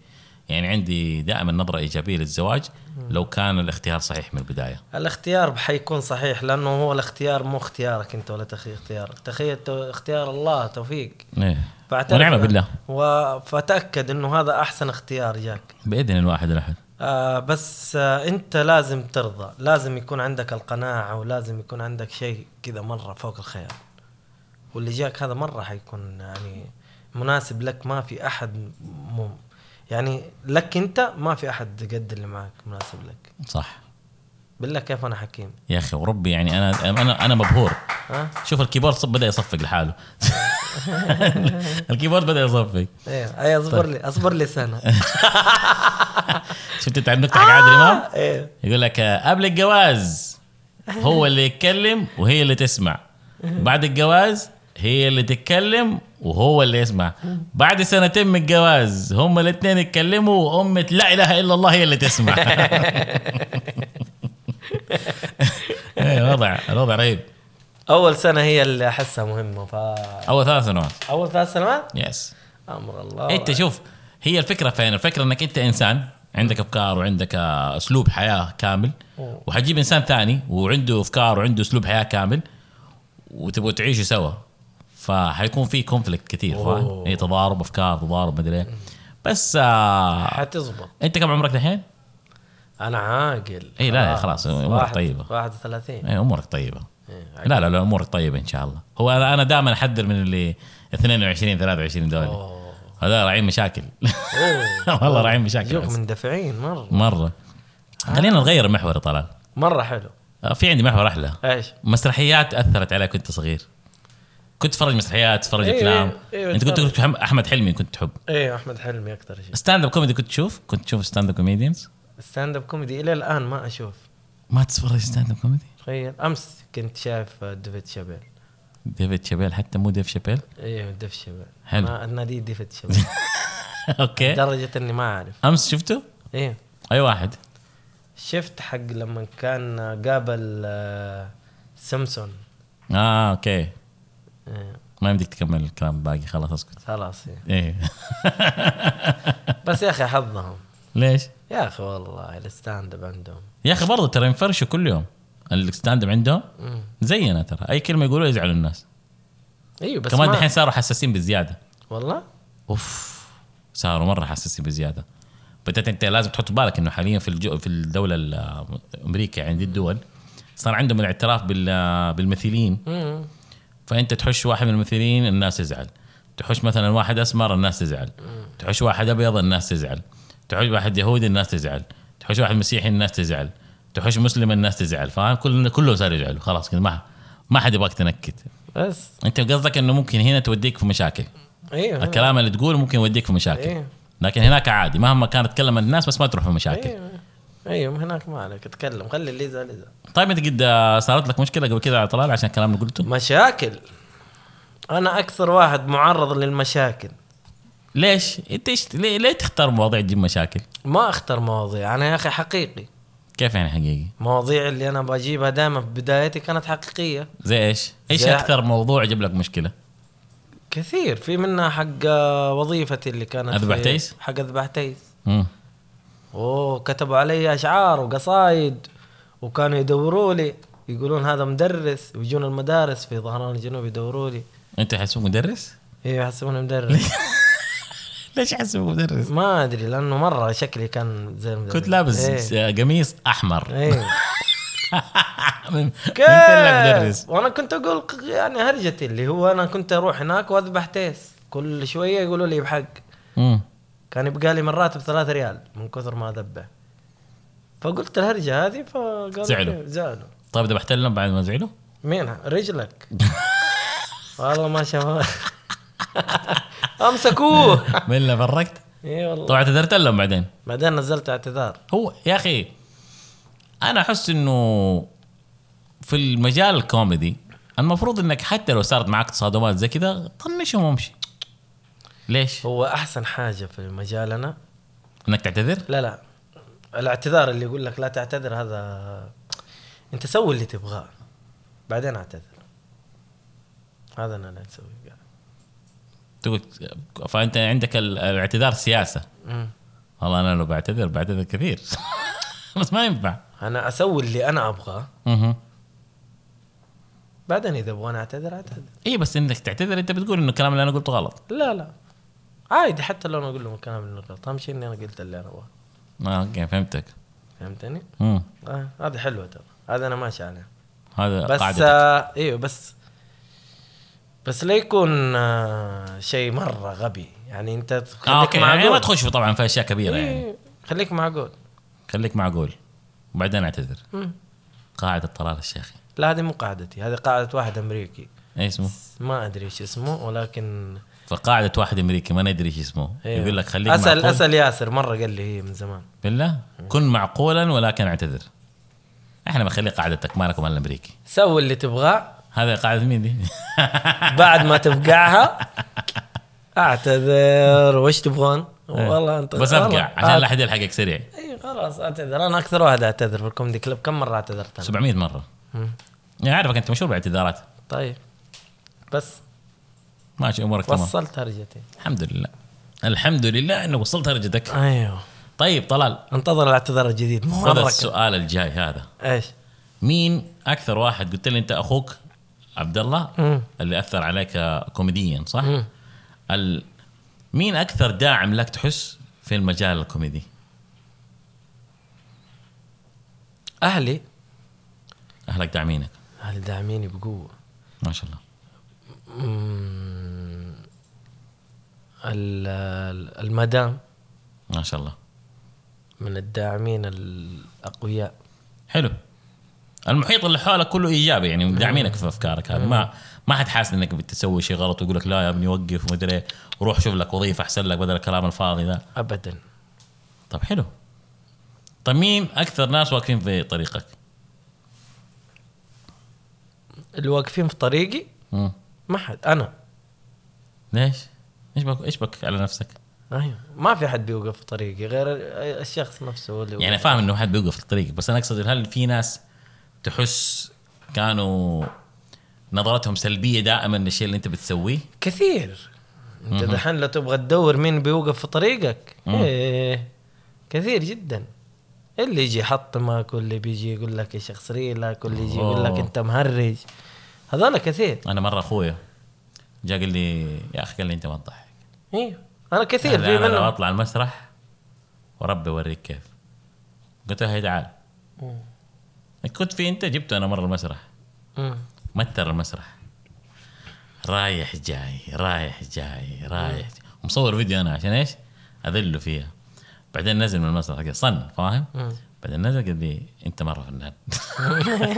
[SPEAKER 1] يعني عندي دائما نظره ايجابيه للزواج لو كان الاختيار صحيح من البدايه
[SPEAKER 2] الاختيار حيكون صحيح لانه هو الاختيار مو اختيارك انت ولا تخي اختيارك تخيل تو- اختيار الله توفيق
[SPEAKER 1] ايه
[SPEAKER 2] فاعترف
[SPEAKER 1] ونعم
[SPEAKER 2] له.
[SPEAKER 1] بالله
[SPEAKER 2] و- فتاكد انه هذا احسن اختيار جاك
[SPEAKER 1] باذن الواحد الاحد
[SPEAKER 2] آه بس آه انت لازم ترضى لازم يكون عندك القناعه ولازم يكون عندك شيء كذا مره فوق الخيال واللي جاك هذا مره حيكون يعني مناسب لك ما في احد م... يعني لك انت ما في احد قد اللي معك مناسب لك
[SPEAKER 1] صح
[SPEAKER 2] بالله كيف انا حكيم
[SPEAKER 1] يا اخي وربي يعني انا انا انا مبهور
[SPEAKER 2] ها
[SPEAKER 1] شوف الكيبورد صب بدا يصفق لحاله <laughs> الكيبورد بدا يصفق
[SPEAKER 2] ايه اي
[SPEAKER 1] طيب.
[SPEAKER 2] اصبر لي اصبر لي سنه
[SPEAKER 1] <laughs> شفت انت عندك حق عادل امام
[SPEAKER 2] ايه
[SPEAKER 1] يقول لك آه، قبل الجواز هو اللي يتكلم وهي اللي تسمع بعد الجواز هي اللي تتكلم وهو اللي يسمع بعد سنتين من الجواز هم الاثنين يتكلموا وأمة لا إله إلا الله هي اللي تسمع إيه، وضع الوضع رهيب
[SPEAKER 2] اول سنه هي اللي احسها مهمه ف
[SPEAKER 1] أول ثلاث سنوات
[SPEAKER 2] اول ثلاث سنوات
[SPEAKER 1] يس
[SPEAKER 2] امر الله
[SPEAKER 1] انت شوف هي الفكره فين الفكره انك انت انسان عندك افكار وعندك آه، اسلوب حياه كامل وحتجيب انسان ثاني وعنده افكار وعنده اسلوب حياه كامل وتبغوا تعيشوا سوا فحيكون في كونفليكت كثير فاهم؟
[SPEAKER 2] أوه.
[SPEAKER 1] اي تضارب افكار تضارب مدري ايه بس آه
[SPEAKER 2] حتزبط
[SPEAKER 1] انت كم عمرك الحين؟
[SPEAKER 2] انا عاقل
[SPEAKER 1] إيه، لا، لا، خلاص، أمورك
[SPEAKER 2] واحد-
[SPEAKER 1] طيبة.
[SPEAKER 2] 31
[SPEAKER 1] اي امورك طيبه
[SPEAKER 2] إيه،
[SPEAKER 1] إيه، لا لا لا امورك طيبه ان شاء الله هو انا انا دائما احذر من اللي 22 23 دولي
[SPEAKER 2] أوه.
[SPEAKER 1] هذول راعين مشاكل
[SPEAKER 2] أوه.
[SPEAKER 1] <laughs> والله راعين مشاكل
[SPEAKER 2] يوك
[SPEAKER 1] بس.
[SPEAKER 2] مندفعين مره
[SPEAKER 1] مره خلينا نغير المحور يا طلال
[SPEAKER 2] مره حلو
[SPEAKER 1] آه، في عندي محور احلى
[SPEAKER 2] ايش
[SPEAKER 1] مسرحيات اثرت عليك وانت صغير كنت تتفرج مسرحيات تتفرج
[SPEAKER 2] إيه،
[SPEAKER 1] افلام
[SPEAKER 2] إيه، إيه،
[SPEAKER 1] انت كنت
[SPEAKER 2] أتفرج.
[SPEAKER 1] تقول حم- احمد حلمي كنت تحب
[SPEAKER 2] ايه احمد حلمي اكثر شيء
[SPEAKER 1] ستاند اب كوميدي كنت تشوف كنت تشوف ستاند اب كوميديانز
[SPEAKER 2] ستاند اب كوميدي الى الان ما اشوف
[SPEAKER 1] ما تتفرج ستاند اب كوميدي
[SPEAKER 2] تخيل امس كنت شايف ديفيد شابيل
[SPEAKER 1] ديفيد شابيل حتى مو ديف شابيل <laughs>
[SPEAKER 2] ايوه ديف شابيل
[SPEAKER 1] حلو.
[SPEAKER 2] ما
[SPEAKER 1] <laughs>
[SPEAKER 2] نادي ديفيد شابيل
[SPEAKER 1] اوكي
[SPEAKER 2] لدرجه اني ما اعرف
[SPEAKER 1] امس شفته
[SPEAKER 2] ايه
[SPEAKER 1] اي واحد
[SPEAKER 2] شفت حق لما كان قابل آه، سمسون
[SPEAKER 1] اه اوكي
[SPEAKER 2] إيه،
[SPEAKER 1] ما يمديك تكمل الكلام باقي خلاص اسكت
[SPEAKER 2] خلاص إيه.
[SPEAKER 1] ايه
[SPEAKER 2] بس يا اخي حظهم
[SPEAKER 1] <laughs> ليش
[SPEAKER 2] يا اخي والله الستاند اب عندهم
[SPEAKER 1] يا اخي برضه ترى ينفرشوا كل يوم الستاند اب عندهم
[SPEAKER 2] مم.
[SPEAKER 1] زينا ترى اي كلمه يقولوها يزعلوا الناس
[SPEAKER 2] ايوه بس
[SPEAKER 1] كمان
[SPEAKER 2] ما-
[SPEAKER 1] دحين صاروا حساسين بزياده
[SPEAKER 2] والله
[SPEAKER 1] اوف صاروا مره حساسين بزياده بدأت انت لازم تحط بالك انه حاليا في الجو في الدوله ال- امريكا يعني دي الدول صار عندهم الاعتراف بال- بالممثلين
[SPEAKER 2] مم.
[SPEAKER 1] فانت تحش واحد من الممثلين الناس تزعل تحش مثلا واحد اسمر الناس تزعل تحش واحد ابيض الناس تزعل تحش واحد يهودي الناس تزعل تحش واحد مسيحي الناس تزعل تحش مسلم الناس تزعل فاهم كل كله صار يزعل خلاص كذا ما ما حد يبغاك تنكت
[SPEAKER 2] بس
[SPEAKER 1] انت قصدك انه ممكن هنا توديك في مشاكل
[SPEAKER 2] ايوه
[SPEAKER 1] الكلام اللي تقوله ممكن يوديك في مشاكل
[SPEAKER 2] إيه.
[SPEAKER 1] لكن هناك عادي مهما كانت تكلم الناس بس ما تروح في مشاكل
[SPEAKER 2] ايوه ايوه هناك ما عليك اتكلم خلي اللي يزعل يزعل
[SPEAKER 1] طيب انت قد آه، صارت لك مشكله قبل كذا على طلال عشان الكلام اللي قلته
[SPEAKER 2] مشاكل انا اكثر واحد معرض للمشاكل
[SPEAKER 1] ليش انت ايش ليه, ليه تختار مواضيع تجيب مشاكل
[SPEAKER 2] ما اختار مواضيع انا يا اخي حقيقي
[SPEAKER 1] كيف يعني حقيقي
[SPEAKER 2] مواضيع اللي انا بجيبها دائما في بدايتي كانت حقيقيه
[SPEAKER 1] زي ايش ايش
[SPEAKER 2] زي-
[SPEAKER 1] اكثر موضوع جاب لك مشكله
[SPEAKER 2] كثير في منها حق آه، وظيفتي اللي كانت
[SPEAKER 1] أذبح
[SPEAKER 2] في-
[SPEAKER 1] تيس؟
[SPEAKER 2] حق اذبح تيس
[SPEAKER 1] مم.
[SPEAKER 2] اوه كتبوا علي اشعار وقصايد وكانوا يدوروا لي يقولون هذا مدرس ويجون المدارس في ظهران الجنوب يدوروا لي
[SPEAKER 1] انت حسبك مدرس
[SPEAKER 2] ايوه يحسبوني مدرس
[SPEAKER 1] <laughs> ليش حسبك مدرس
[SPEAKER 2] ما ادري لانه مره شكلي كان زي المدرس
[SPEAKER 1] كنت لابس
[SPEAKER 2] ايه.
[SPEAKER 1] آه، قميص احمر
[SPEAKER 2] ايه.
[SPEAKER 1] <laughs> من
[SPEAKER 2] كيف
[SPEAKER 1] طلع مدرس
[SPEAKER 2] وانا كنت اقول ق- يعني هرجتي اللي هو انا كنت اروح هناك واذبح تيس كل شويه يقولوا لي بحق
[SPEAKER 1] مم.
[SPEAKER 2] كان يبقى لي من راتب 3 ريال من كثر ما اذبح فقلت الهرجه هذه فقالوا
[SPEAKER 1] زعلوا.
[SPEAKER 2] كيف؟ زعلوا
[SPEAKER 1] طيب ذبحت لهم بعد ما
[SPEAKER 2] <laughs>
[SPEAKER 1] زعلوا
[SPEAKER 2] مين رجلك والله ما شاف امسكوه
[SPEAKER 1] من اللي فرقت
[SPEAKER 2] اي إيه والله
[SPEAKER 1] طبعا اعتذرت لهم بعدين
[SPEAKER 2] بعدين نزلت اعتذار
[SPEAKER 1] هو يا اخي انا احس انه في المجال الكوميدي المفروض انك حتى لو صارت معك تصادمات زي كذا طنشهم وامشي ليش؟
[SPEAKER 2] هو احسن حاجه في مجالنا
[SPEAKER 1] انك تعتذر؟
[SPEAKER 2] لا لا الاعتذار اللي يقول لك لا تعتذر هذا انت سوي اللي تبغاه بعدين اعتذر هذا انا اللي اسويه قاعد.
[SPEAKER 1] تقول فانت عندك ال- الاعتذار سياسه
[SPEAKER 2] أمم.
[SPEAKER 1] والله انا لو بعتذر بعتذر كثير <laughs> بس ما ينفع
[SPEAKER 2] انا اسوي اللي انا ابغاه
[SPEAKER 1] مهم.
[SPEAKER 2] بعدين اذا ابغى أنا اعتذر اعتذر
[SPEAKER 1] اي إيه، بس انك تعتذر انت بتقول انه الكلام اللي انا قلته غلط
[SPEAKER 2] لا لا عادي حتى لو انا اقول لهم الكلام اللي غلط اهم شيء اني انا قلت اللي انا ابغاه
[SPEAKER 1] آه اوكي فهمتك
[SPEAKER 2] فهمتني؟
[SPEAKER 1] مم.
[SPEAKER 2] آه هذه
[SPEAKER 1] آه،
[SPEAKER 2] حلوه ترى هذا انا ماشي عليها
[SPEAKER 1] هذا
[SPEAKER 2] آه، إيوه، بس
[SPEAKER 1] قاعدتك
[SPEAKER 2] آه ايوه بس بس لا يكون آه، شيء مره غبي يعني انت
[SPEAKER 1] آه اوكي يعني ما
[SPEAKER 2] معقول.
[SPEAKER 1] تخش في- طبعا في اشياء كبيره يعني
[SPEAKER 2] إيه، خليك معقول
[SPEAKER 1] خليك معقول وبعدين اعتذر قاعده الطلال الشيخي
[SPEAKER 2] لا هذه مو قاعدتي هذه قاعده واحد امريكي
[SPEAKER 1] ايه اسمه؟
[SPEAKER 2] ما ادري ايش اسمه ولكن
[SPEAKER 1] فقاعده واحد امريكي ما ندري ايش اسمه
[SPEAKER 2] إيه.
[SPEAKER 1] يقول لك خليك
[SPEAKER 2] اسال
[SPEAKER 1] معقول
[SPEAKER 2] اسال ياسر مره قال لي هي من زمان
[SPEAKER 1] بالله كن معقولا ولكن اعتذر احنا بنخلي قاعدتك مالك ومال الامريكي
[SPEAKER 2] سوي اللي تبغاه
[SPEAKER 1] هذا قاعده مين دي؟ <laughs>
[SPEAKER 2] بعد ما تفقعها اعتذر وش تبغون؟ والله آه. انت
[SPEAKER 1] إيه. بس افقع
[SPEAKER 2] والله.
[SPEAKER 1] عشان لا احد يلحقك سريع
[SPEAKER 2] اي خلاص اعتذر انا اكثر واحد اعتذر في الكوميدي كلوب كم مره اعتذرت انا؟
[SPEAKER 1] 700 مره
[SPEAKER 2] مم.
[SPEAKER 1] يعني عارفك انت مشهور بالاعتذارات
[SPEAKER 2] طيب بس
[SPEAKER 1] ماشي امورك تمام
[SPEAKER 2] وصلت هرجتي
[SPEAKER 1] الحمد لله الحمد لله انه وصلت هرجتك
[SPEAKER 2] ايوه
[SPEAKER 1] طيب طلال
[SPEAKER 2] انتظر الاعتذار الجديد
[SPEAKER 1] خذ
[SPEAKER 2] مره كده.
[SPEAKER 1] السؤال الجاي هذا
[SPEAKER 2] ايش؟
[SPEAKER 1] مين اكثر واحد قلت لي انت اخوك عبد الله
[SPEAKER 2] مم.
[SPEAKER 1] اللي اثر عليك كوميديا صح؟
[SPEAKER 2] مم.
[SPEAKER 1] ال... مين اكثر داعم لك تحس في المجال الكوميدي؟
[SPEAKER 2] اهلي
[SPEAKER 1] اهلك داعمينك
[SPEAKER 2] اهلي داعميني بقوه
[SPEAKER 1] ما شاء الله
[SPEAKER 2] مم. ال- ال- المدام
[SPEAKER 1] ما شاء الله
[SPEAKER 2] من الداعمين الاقوياء
[SPEAKER 1] حلو المحيط اللي حولك كله ايجابي يعني مدعمينك في افكارك هذه ما ما حد حاسس انك بتسوي شيء غلط ويقول لك لا يا ابني وقف ومدري إيه، وروح شوف لك وظيفه احسن لك بدل الكلام الفاضي ده
[SPEAKER 2] ابدا
[SPEAKER 1] طب حلو طب مين اكثر ناس واقفين في طريقك؟
[SPEAKER 2] اللي واقفين في طريقي
[SPEAKER 1] مم.
[SPEAKER 2] ما حد انا
[SPEAKER 1] ليش؟ ايش بك ايش بك على نفسك؟
[SPEAKER 2] ايوه ما في حد بيوقف في طريقي غير ال- الشخص نفسه هو اللي
[SPEAKER 1] يعني
[SPEAKER 2] يوقف.
[SPEAKER 1] فاهم انه حد بيوقف في طريقك بس انا اقصد هل في ناس تحس كانوا نظرتهم سلبيه دائما للشيء اللي انت بتسويه؟
[SPEAKER 2] كثير انت دحين لو تبغى تدور مين بيوقف في طريقك ايه كثير جدا اللي يجي يحطمك واللي بيجي يقول لك يا شخص ريلك واللي يجي يقول لك
[SPEAKER 1] أوه.
[SPEAKER 2] انت مهرج هذول كثير
[SPEAKER 1] انا مره اخويا جاء قال لي يا اخي قال لي انت ما تضحك
[SPEAKER 2] ايوه انا كثير
[SPEAKER 1] انا
[SPEAKER 2] في
[SPEAKER 1] أنا لو
[SPEAKER 2] منهم
[SPEAKER 1] اطلع المسرح وربي اوريك كيف قلت له هي تعال
[SPEAKER 2] مم.
[SPEAKER 1] كنت في انت جبته انا مره المسرح
[SPEAKER 2] مم.
[SPEAKER 1] متر المسرح رايح جاي رايح جاي رايح جاي. مصور فيديو انا عشان ايش؟ اذله فيها بعدين نزل من المسرح كده صن فاهم؟
[SPEAKER 2] مم.
[SPEAKER 1] بعدين نزل قال لي انت مره فنان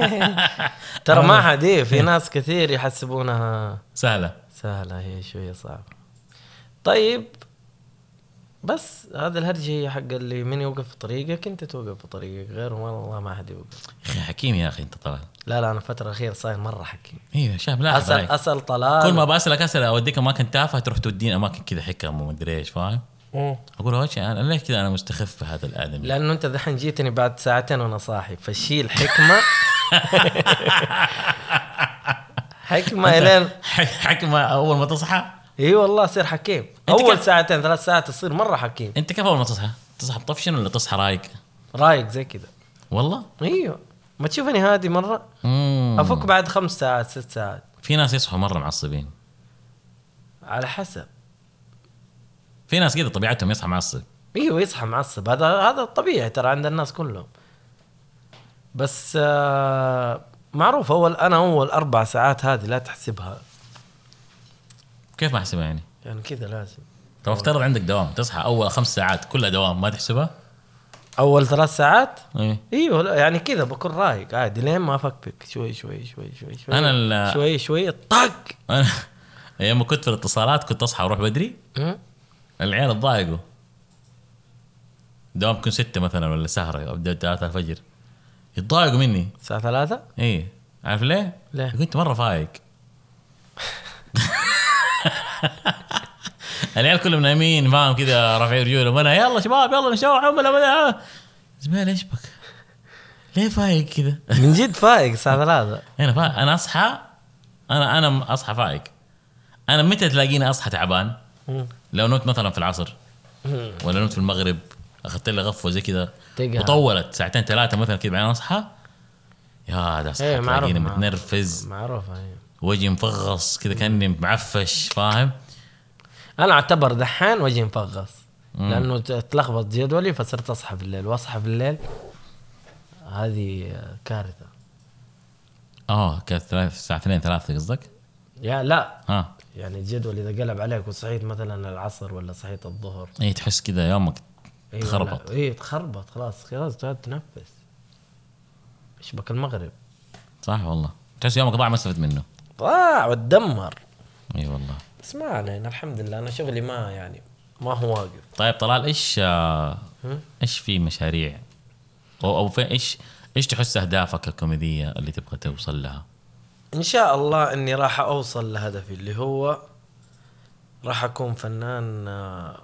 [SPEAKER 1] <laughs>
[SPEAKER 2] ترى ما حد إيه، في ناس كثير يحسبونها
[SPEAKER 1] سهله
[SPEAKER 2] سهلة هي شوية صعبة طيب بس هذا الهرجة هي حق اللي من يوقف في طريقك انت توقف في طريقك غير والله ما حد يوقف
[SPEAKER 1] يا اخي حكيم يا اخي انت طبعا
[SPEAKER 2] لا لا انا الفترة الأخيرة صاير مرة حكيم
[SPEAKER 1] ايوه شاب لا
[SPEAKER 2] اسأل اسأل طلال
[SPEAKER 1] كل ما بسالك اسئله اوديك اماكن تافهه تروح توديني اماكن كذا حكم ومدري ايش فاهم؟
[SPEAKER 2] مم.
[SPEAKER 1] اقول هو شيء انا ليش كذا انا مستخف بهذا الادمي؟
[SPEAKER 2] لانه انت دحين جيتني بعد ساعتين وانا صاحي
[SPEAKER 1] <laughs>
[SPEAKER 2] فشي الحكمة حكمة الين
[SPEAKER 1] حكمه اول ما تصحى
[SPEAKER 2] اي والله صير حكيم
[SPEAKER 1] أنت
[SPEAKER 2] اول
[SPEAKER 1] كيف-
[SPEAKER 2] ساعتين ثلاث ساعات تصير مرة حكيم
[SPEAKER 1] انت كيف اول ما تصحى؟ تصحى بطفشن ولا تصحى رايق؟
[SPEAKER 2] رايق زي كذا
[SPEAKER 1] والله؟
[SPEAKER 2] ايوه ما تشوفني هادي مرة
[SPEAKER 1] مم.
[SPEAKER 2] افك بعد خمس ساعات ست ساعات
[SPEAKER 1] في ناس يصحوا مره معصبين
[SPEAKER 2] على حسب
[SPEAKER 1] في ناس كذا طبيعتهم يصحى معصب
[SPEAKER 2] ايوه يصحى معصب هذا هذا الطبيعي ترى عند الناس كلهم بس آه معروف اول انا اول اربع ساعات هذه لا تحسبها
[SPEAKER 1] كيف ما احسبها يعني؟
[SPEAKER 2] يعني كذا لازم
[SPEAKER 1] طب افترض عندك دوام تصحى اول خمس ساعات كلها دوام ما تحسبها؟
[SPEAKER 2] اول ثلاث ساعات
[SPEAKER 1] ايه
[SPEAKER 2] ايوه لا، يعني كذا بكون رايق عادي لين ما افكفك شوي شوي شوي شوي شوي
[SPEAKER 1] أنا ال-
[SPEAKER 2] شوي شوي طق
[SPEAKER 1] <laughs> انا ايام ما كنت في الاتصالات كنت اصحى اروح بدري
[SPEAKER 2] م?
[SPEAKER 1] العيال اتضايقوا دوام كنت ستة مثلا ولا سهرة ابدا 3 الفجر يتضايقوا مني
[SPEAKER 2] الساعة ثلاثة
[SPEAKER 1] ايه عارف ليه؟
[SPEAKER 2] ليه؟
[SPEAKER 1] كنت مره فايق العيال كلهم نايمين فاهم كذا رافعين رجولهم انا يلا شباب يلا نشوح عمل عمل زبيل ايش بك؟ ليه فايق كذا؟
[SPEAKER 2] من جد فايق الساعة ثلاثة
[SPEAKER 1] انا فا... انا اصحى انا انا اصحى فايق انا متى تلاقيني اصحى تعبان؟
[SPEAKER 2] م.
[SPEAKER 1] لو نمت مثلا في العصر ولا نمت في المغرب اخذت لي غفوه زي كذا
[SPEAKER 2] تقعد.
[SPEAKER 1] وطولت ساعتين ثلاثه مثلا كذا بعدين اصحى يا ده
[SPEAKER 2] إيه،
[SPEAKER 1] اصحى
[SPEAKER 2] معروف،
[SPEAKER 1] تلاقيني
[SPEAKER 2] معروف.
[SPEAKER 1] متنرفز
[SPEAKER 2] معروفة أيوة.
[SPEAKER 1] وجهي مفغص كذا كاني معفش فاهم
[SPEAKER 2] انا اعتبر دحان وجهي مفغص لانه ت- تلخبط جدولي فصرت اصحى بالليل واصحى بالليل هذه كارثه
[SPEAKER 1] آه، اه كانت ثلاث- الساعه 2 3 قصدك
[SPEAKER 2] يا لا
[SPEAKER 1] ها
[SPEAKER 2] يعني الجدول اذا قلب عليك وصحيت مثلا العصر ولا صحيت الظهر
[SPEAKER 1] اي إيه، تحس كذا يومك
[SPEAKER 2] أيوة،
[SPEAKER 1] تخربط.
[SPEAKER 2] لا، اي تخربط خلاص خلاص تقعد تنفس شبك المغرب
[SPEAKER 1] صح والله تحس يومك ضاع ما استفدت منه
[SPEAKER 2] ضاع وتدمر
[SPEAKER 1] اي والله
[SPEAKER 2] بس ما علينا الحمد لله انا شغلي ما يعني ما هو واقف
[SPEAKER 1] طيب طلال ايش آه، ايش في مشاريع او او في ايش ايش تحس اهدافك الكوميديه اللي تبغى توصل لها؟
[SPEAKER 2] ان شاء الله اني راح اوصل لهدفي اللي هو راح اكون فنان آه،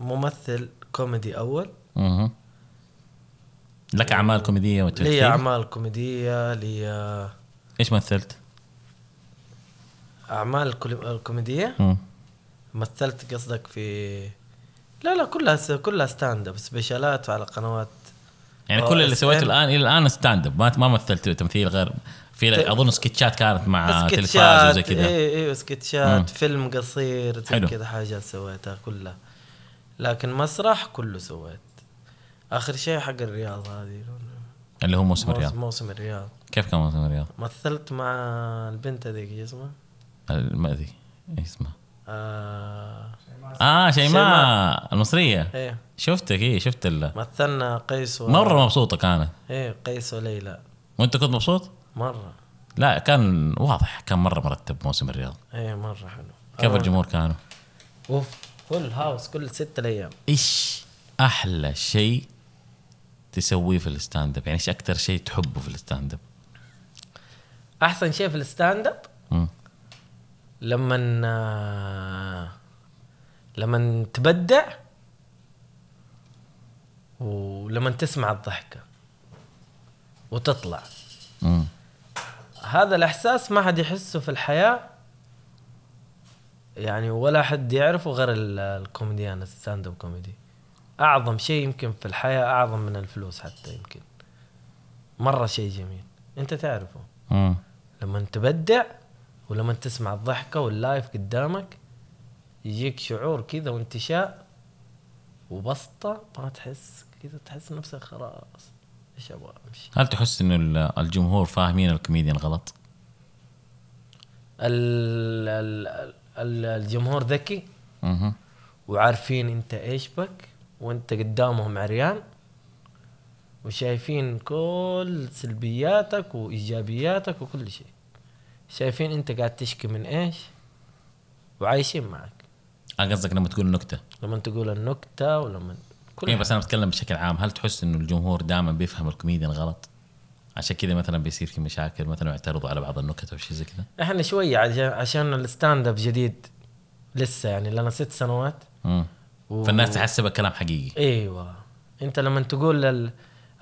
[SPEAKER 2] ممثل كوميدي اول
[SPEAKER 1] اها لك اعمال كوميديه
[SPEAKER 2] لي
[SPEAKER 1] وتمثيل
[SPEAKER 2] اعمال كوميديه لي آه،
[SPEAKER 1] ايش مثلت؟
[SPEAKER 2] اعمال كل- الكوميديه
[SPEAKER 1] مم.
[SPEAKER 2] مثلت قصدك في لا لا كلها س... كلها ستاند اب سبيشالات على قنوات
[SPEAKER 1] يعني
[SPEAKER 2] آه،
[SPEAKER 1] كل اللي
[SPEAKER 2] اسم-
[SPEAKER 1] سويته الان الى الان ستاند اب ما ما مثلت تمثيل غير في اظن سكتشات كانت مع آه، تلفاز وزي كذا
[SPEAKER 2] اي اي سكتشات إيه، فيلم قصير زي
[SPEAKER 1] حلو.
[SPEAKER 2] كذا حاجات سويتها كلها لكن مسرح كله سويت اخر شيء حق الرياض هذه
[SPEAKER 1] اللي هو موسم الرياض
[SPEAKER 2] موسم الرياض
[SPEAKER 1] كيف كان موسم الرياض؟
[SPEAKER 2] مثلت مع البنت هذيك إيش اسمها
[SPEAKER 1] المأذي ايش اسمه؟
[SPEAKER 2] آه...
[SPEAKER 1] اه شيماء
[SPEAKER 2] شيماء.
[SPEAKER 1] المصريه
[SPEAKER 2] ايه
[SPEAKER 1] شفتك ايه شفت ال-
[SPEAKER 2] مثلنا قيس و...
[SPEAKER 1] مره مبسوطه كانت
[SPEAKER 2] ايه قيس وليلى
[SPEAKER 1] وانت كنت مبسوط؟
[SPEAKER 2] مره
[SPEAKER 1] لا كان واضح كان مره مرتب موسم الرياض
[SPEAKER 2] ايه مره حلو
[SPEAKER 1] كيف
[SPEAKER 2] آه.
[SPEAKER 1] الجمهور كانوا؟
[SPEAKER 2] اوف فل هاوس كل ستة ايام
[SPEAKER 1] ايش احلى شيء تسويه في الستاند اب؟ يعني ايش اكثر شيء تحبه في الستاند اب؟
[SPEAKER 2] احسن شيء في الستاند اب
[SPEAKER 1] مم.
[SPEAKER 2] لما آه، لما تبدع ولما تسمع الضحكه وتطلع
[SPEAKER 1] مم.
[SPEAKER 2] هذا الاحساس ما حد يحسه في الحياه يعني ولا حد يعرفه غير ال- الكوميديان الستاند اب كوميدي اعظم شيء يمكن في الحياه اعظم من الفلوس حتى يمكن مره شيء جميل انت تعرفه
[SPEAKER 1] مم.
[SPEAKER 2] لما تبدع ولما تسمع الضحكة واللايف قدامك يجيك شعور كذا وانتشاء وبسطة ما تحس كذا تحس نفسك خلاص ايش ابغى امشي
[SPEAKER 1] هل تحس انه ال- الجمهور فاهمين الكوميديان غلط؟
[SPEAKER 2] ال ال ال الجمهور ذكي
[SPEAKER 1] مهم.
[SPEAKER 2] وعارفين انت ايش بك وانت قدامهم عريان وشايفين كل سلبياتك وايجابياتك وكل شيء شايفين انت قاعد تشكي من ايش وعايشين معك
[SPEAKER 1] آه، قصدك لما تقول نكته
[SPEAKER 2] لما تقول النكته ولما كل
[SPEAKER 1] إيه بس
[SPEAKER 2] حاجة.
[SPEAKER 1] انا بتكلم بشكل عام هل تحس انه الجمهور دائما بيفهم الكوميديان غلط؟ عشان كذا مثلا بيصير في مشاكل مثلا يعترضوا على بعض النكت او شيء زي كذا
[SPEAKER 2] احنا شويه عشان, عشان الستاند اب جديد لسه يعني لنا ست سنوات
[SPEAKER 1] مم.
[SPEAKER 2] و-
[SPEAKER 1] فالناس تحسبها كلام حقيقي
[SPEAKER 2] ايوه انت لما تقول ال...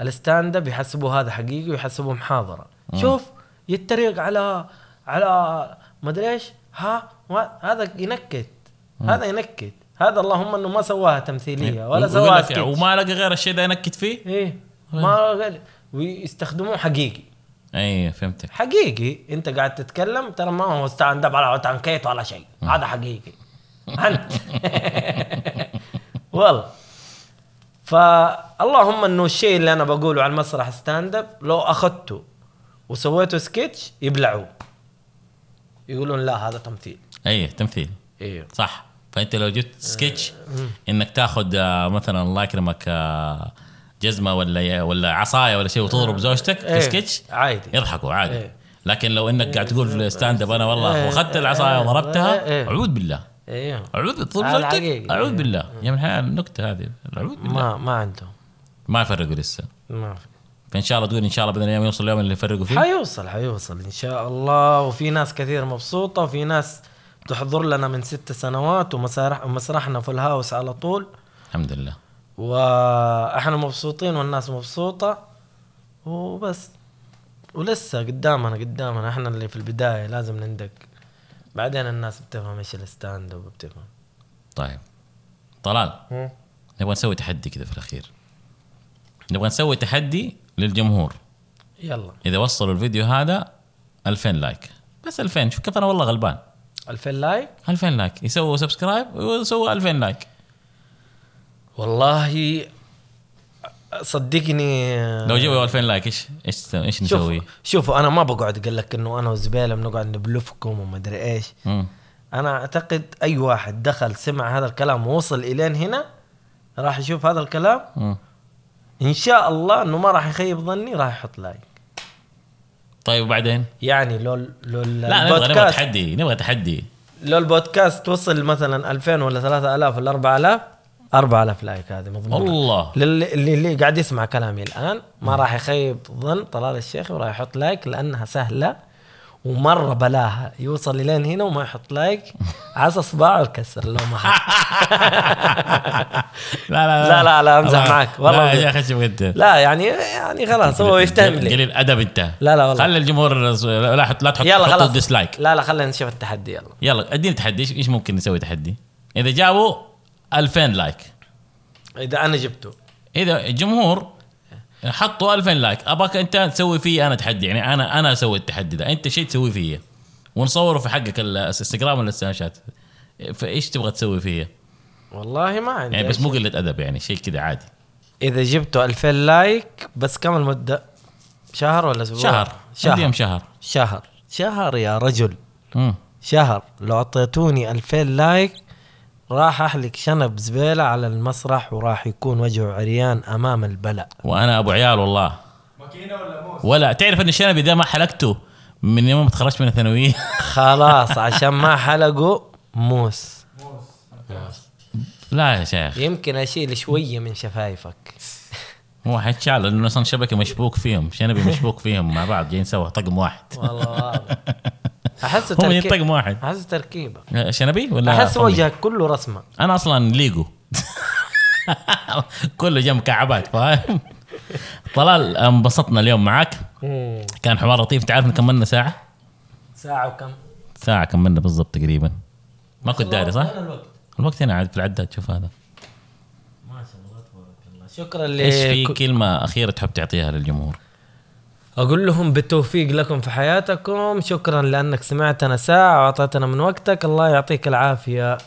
[SPEAKER 2] الستاند اب يحسبوه هذا حقيقي ويحسبوه محاضره شوف يتريق على على مدري ايش ها ما... هذا ينكت هذا ينكت هذا اللهم انه ما سواها تمثيليه إيه، ولا
[SPEAKER 1] إيه. و- ويقول
[SPEAKER 2] سواها
[SPEAKER 1] لك
[SPEAKER 2] سكتش.
[SPEAKER 1] وما إيه. لقى غير الشيء ده ينكت فيه
[SPEAKER 2] ايه ما ويستخدموه حقيقي
[SPEAKER 1] اي ايه، فهمتك
[SPEAKER 2] حقيقي انت قاعد تتكلم ترى ما هو ستاند اب على تنكيت ولا شيء هذا حقيقي انت <laughs> والله فاللهم انه الشيء اللي انا بقوله على المسرح ستاند اب لو اخذته وسويته سكتش يبلعوه يقولون لا هذا تمثيل
[SPEAKER 1] اي ايه، تمثيل
[SPEAKER 2] ايوه
[SPEAKER 1] صح فانت لو جبت سكتش انك تاخذ آه، مثلا الله يكرمك آه، جزمه ولا ولا عصايه ولا شيء وتضرب زوجتك في سكتش
[SPEAKER 2] إيه. عادي
[SPEAKER 1] يضحكوا عادي
[SPEAKER 2] آه. إيه.
[SPEAKER 1] لكن لو انك قاعد تقول في الستاند اب انا والله
[SPEAKER 2] إيه.
[SPEAKER 1] واخذت العصايه
[SPEAKER 2] إيه.
[SPEAKER 1] وضربتها
[SPEAKER 2] إيه.
[SPEAKER 1] اعوذ بالله
[SPEAKER 2] ايوه
[SPEAKER 1] اعوذ تضرب
[SPEAKER 2] هذا
[SPEAKER 1] زوجتك
[SPEAKER 2] حقيقي.
[SPEAKER 1] اعوذ
[SPEAKER 2] إيه.
[SPEAKER 1] بالله يا من الحياه النكته هذه اعوذ بالله
[SPEAKER 2] ما ما عندهم
[SPEAKER 1] ما يفرقوا لسه
[SPEAKER 2] ما في
[SPEAKER 1] فان شاء الله تقول ان شاء الله باذن الله يوصل اليوم اللي يفرقوا فيه
[SPEAKER 2] حيوصل حيوصل ان شاء الله وفي ناس كثير مبسوطه وفي ناس تحضر لنا من ست سنوات ومسارح ومسرحنا في الهاوس على طول
[SPEAKER 1] الحمد لله
[SPEAKER 2] واحنا مبسوطين والناس مبسوطه وبس ولسه قدامنا قدامنا احنا اللي في البدايه لازم نندق بعدين الناس بتفهم ايش الستاند اب بتفهم
[SPEAKER 1] طيب طلال نبغى نسوي تحدي كذا في الاخير نبغى نسوي تحدي للجمهور
[SPEAKER 2] يلا
[SPEAKER 1] اذا وصلوا الفيديو هذا 2000 لايك بس 2000 شوف كيف انا والله غلبان
[SPEAKER 2] 2000 لايك
[SPEAKER 1] 2000 لايك يسووا سبسكرايب ويسووا 2000 لايك
[SPEAKER 2] والله صدقني
[SPEAKER 1] لو جابوا 2000 لايك ايش ايش ايش نسوي؟
[SPEAKER 2] شوف شوفوا انا ما بقعد اقول لك انه انا وزبيله بنقعد نبلفكم وما ادري ايش
[SPEAKER 1] مم.
[SPEAKER 2] انا اعتقد اي واحد دخل سمع هذا الكلام ووصل الين هنا راح يشوف هذا الكلام
[SPEAKER 1] مم.
[SPEAKER 2] ان شاء الله انه ما راح يخيب ظني راح يحط لايك
[SPEAKER 1] طيب وبعدين؟
[SPEAKER 2] يعني لو لو
[SPEAKER 1] لا نبغى نبغى
[SPEAKER 2] البودكاست
[SPEAKER 1] تحدي نبغى تحدي
[SPEAKER 2] لو البودكاست وصل مثلا 2000 ولا 3000 ولا 4000 4000 لايك هذه مضمون <laughs>
[SPEAKER 1] والله
[SPEAKER 2] للي اللي- اللي قاعد يسمع كلامي الان ما راح يخيب ظن طلال الشيخ وراح يحط لايك لانها سهله ومره بلاها يوصل لين هنا وما
[SPEAKER 1] <laughs>
[SPEAKER 2] يحط لايك عسى صباعه يكسر لو ما حط
[SPEAKER 1] لا لا
[SPEAKER 2] لا، لا، لا، أمزح
[SPEAKER 1] الله.
[SPEAKER 2] معك. والله
[SPEAKER 1] لا
[SPEAKER 2] أمزح.
[SPEAKER 1] يا اخي شوف انت
[SPEAKER 2] لا يعني يعني خلاص هو يفتهم لي
[SPEAKER 1] قليل ادب انت
[SPEAKER 2] لا، لا، والله.
[SPEAKER 1] خلي الجمهور لا لا تحط لا تحط
[SPEAKER 2] يلا خلاص
[SPEAKER 1] ديسلايك
[SPEAKER 2] لا لا خلينا نشوف التحدي يلا
[SPEAKER 1] يلا اديني تحدي ايش ايش ممكن نسوي تحدي؟ اذا جابوا 2000 لايك
[SPEAKER 2] اذا انا جبته
[SPEAKER 1] اذا الجمهور حطوا 2000 لايك ابغاك انت تسوي فيه انا تحدي يعني انا انا اسوي التحدي ده انت شيء تسوي فيه ونصوره في حقك ال- الانستغرام ولا السناب شات فايش تبغى تسوي فيه؟
[SPEAKER 2] والله ما عندي
[SPEAKER 1] يعني بس
[SPEAKER 2] أي
[SPEAKER 1] مو
[SPEAKER 2] شيء.
[SPEAKER 1] قله ادب يعني شيء كذا عادي
[SPEAKER 2] اذا جبته 2000 لايك بس كم المده شهر ولا اسبوع
[SPEAKER 1] شهر شهر
[SPEAKER 2] شهر
[SPEAKER 1] شهر
[SPEAKER 2] شهر شهر يا رجل
[SPEAKER 1] مم.
[SPEAKER 2] شهر لو اعطيتوني 2000 لايك راح احلق شنب زباله على المسرح وراح يكون وجهه عريان امام البلاء
[SPEAKER 1] وانا ابو عيال والله
[SPEAKER 3] ماكينه ولا موس؟
[SPEAKER 1] ولا تعرف ان الشنبي ده ما حلقته من يوم ما تخرجت من الثانويه
[SPEAKER 2] خلاص عشان ما حلقوا موس
[SPEAKER 3] موس
[SPEAKER 1] <laughs> لا يا شيخ
[SPEAKER 2] يمكن اشيل شويه من شفايفك
[SPEAKER 1] هو حيتشعل لانه اصلا شبكه مشبوك فيهم شنبي مشبوك فيهم مع بعض جايين سوا طقم واحد
[SPEAKER 2] والله واضح. احس
[SPEAKER 1] هم جايين طقم
[SPEAKER 2] تركيب
[SPEAKER 1] واحد
[SPEAKER 2] احس تركيبه
[SPEAKER 1] شنبي ولا
[SPEAKER 2] احس
[SPEAKER 1] فمي؟
[SPEAKER 2] وجهك كله رسمه
[SPEAKER 1] انا اصلا ليجو <laughs> كله جنب كعبات فاهم طلال انبسطنا اليوم معك كان حوار لطيف تعرف إن كملنا ساعه
[SPEAKER 2] ساعه وكم
[SPEAKER 1] ساعه كملنا بالضبط تقريبا ما كنت داري صح
[SPEAKER 2] وين الوقت
[SPEAKER 1] الوقت هنا عاد في العداد شوف هذا
[SPEAKER 2] ما شاء الله تبارك الله شكرا
[SPEAKER 1] ايش في
[SPEAKER 2] لك
[SPEAKER 1] كلمه اخيره تحب تعطيها للجمهور
[SPEAKER 2] اقول لهم بالتوفيق لكم في حياتكم شكرا لانك سمعتنا ساعه واعطيتنا من وقتك الله يعطيك العافيه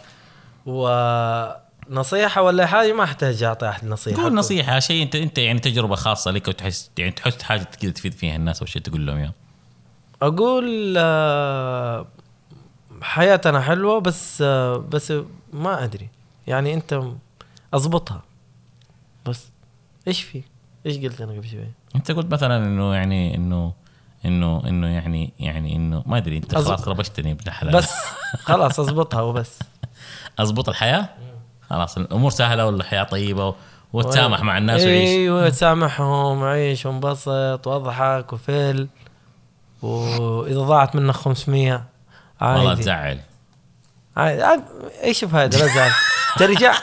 [SPEAKER 2] ونصيحه ولا حاجه ما احتاج اعطي احد نصيحه
[SPEAKER 1] قول نصيحه شيء انت انت يعني تجربه خاصه لك وتحس يعني تحس حاجه كذا تفيد فيها الناس او شيء تقول لهم اياه
[SPEAKER 2] اقول آه، حياتنا حلوه بس آه، بس ما ادري يعني انت اضبطها بس ايش في ايش قلت انا قبل شوي
[SPEAKER 1] انت قلت مثلا انه يعني انه انه انه يعني يعني انه ما ادري انت
[SPEAKER 2] أز-
[SPEAKER 1] خلاص ربشتني ابن حلال
[SPEAKER 2] بس خلاص اضبطها وبس
[SPEAKER 1] اضبط الحياه خلاص الامور سهله والحياه طيبه و- وتسامح مع الناس وعيش
[SPEAKER 2] ايوه تسامحهم عيش وانبسط واضحك وفل واذا ضاعت منك 500
[SPEAKER 1] والله
[SPEAKER 2] عادي
[SPEAKER 1] تزعل
[SPEAKER 2] عادي عاد- ايش فايده
[SPEAKER 1] <laughs>
[SPEAKER 2] لا تزعل ترجع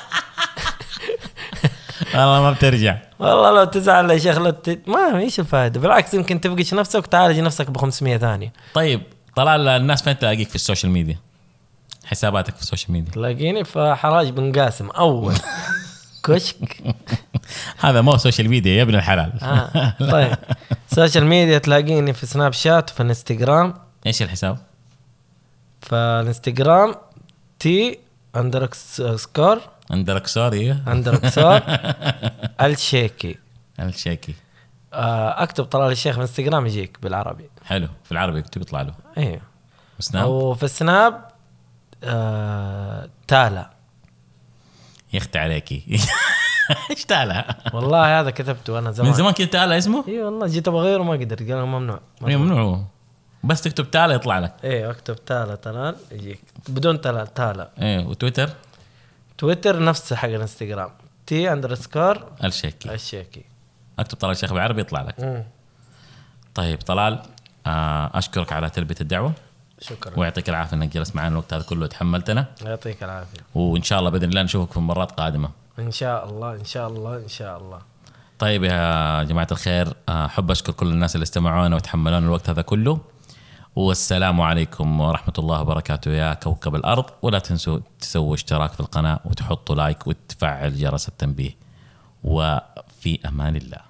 [SPEAKER 1] والله ما بترجع
[SPEAKER 2] والله لو تزعل يا شيخ لا ت- ما ايش الفائده بالعكس يمكن تفقش نفسك وتعالج نفسك ب 500 ثانيه
[SPEAKER 1] طيب طلال الناس فين تلاقيك في السوشيال ميديا حساباتك في السوشيال ميديا
[SPEAKER 2] تلاقيني في حراج بن
[SPEAKER 1] <laughs>
[SPEAKER 2] قاسم اول كشك
[SPEAKER 1] هذا مو سوشيال ميديا يا ابن الحلال
[SPEAKER 2] آه.
[SPEAKER 1] <laughs>
[SPEAKER 2] طيب سوشيال ميديا تلاقيني في سناب شات وفي انستغرام
[SPEAKER 1] ايش الحساب
[SPEAKER 2] فالانستغرام تي اندر سكور
[SPEAKER 1] عندك سوري
[SPEAKER 2] <laughs> اندر سكور الشيكي
[SPEAKER 1] الشيكي
[SPEAKER 2] آه، اكتب طلال الشيخ في انستغرام يجيك بالعربي
[SPEAKER 1] حلو في العربي يكتب يطلع له
[SPEAKER 2] ايوه
[SPEAKER 1] سناب
[SPEAKER 2] وفي السناب آه، تالا
[SPEAKER 1] يخت عليكي <laughs> ايش تالا
[SPEAKER 2] <laughs> والله هذا كتبته انا زمان
[SPEAKER 1] من زمان كذا تالا اسمه
[SPEAKER 2] اي والله جيت ابغى اغيره ما قدرت قالوا ممنوع
[SPEAKER 1] ممنوع بس تكتب تالا يطلع لك
[SPEAKER 2] ايه اكتب تالا طلال يجيك بدون تلال تالا
[SPEAKER 1] ايه وتويتر
[SPEAKER 2] تويتر نفس حق الانستغرام تي اندرسكور
[SPEAKER 1] الشيكي
[SPEAKER 2] الشيكي
[SPEAKER 1] اكتب طلال الشيخ بالعربي يطلع لك
[SPEAKER 2] مم.
[SPEAKER 1] طيب طلال آه، اشكرك على تلبيه الدعوه
[SPEAKER 2] شكرا
[SPEAKER 1] ويعطيك العافيه انك جلست معنا الوقت هذا كله وتحملتنا
[SPEAKER 2] يعطيك العافيه
[SPEAKER 1] وان شاء الله باذن الله نشوفك في مرات قادمه
[SPEAKER 2] ان شاء الله ان شاء الله ان شاء الله
[SPEAKER 1] طيب يا جماعه الخير آه، احب اشكر كل الناس اللي استمعونا وتحملونا الوقت هذا كله والسلام عليكم ورحمه الله وبركاته يا كوكب الارض ولا تنسوا تسووا اشتراك في القناه وتحطوا لايك وتفعل جرس التنبيه وفي امان الله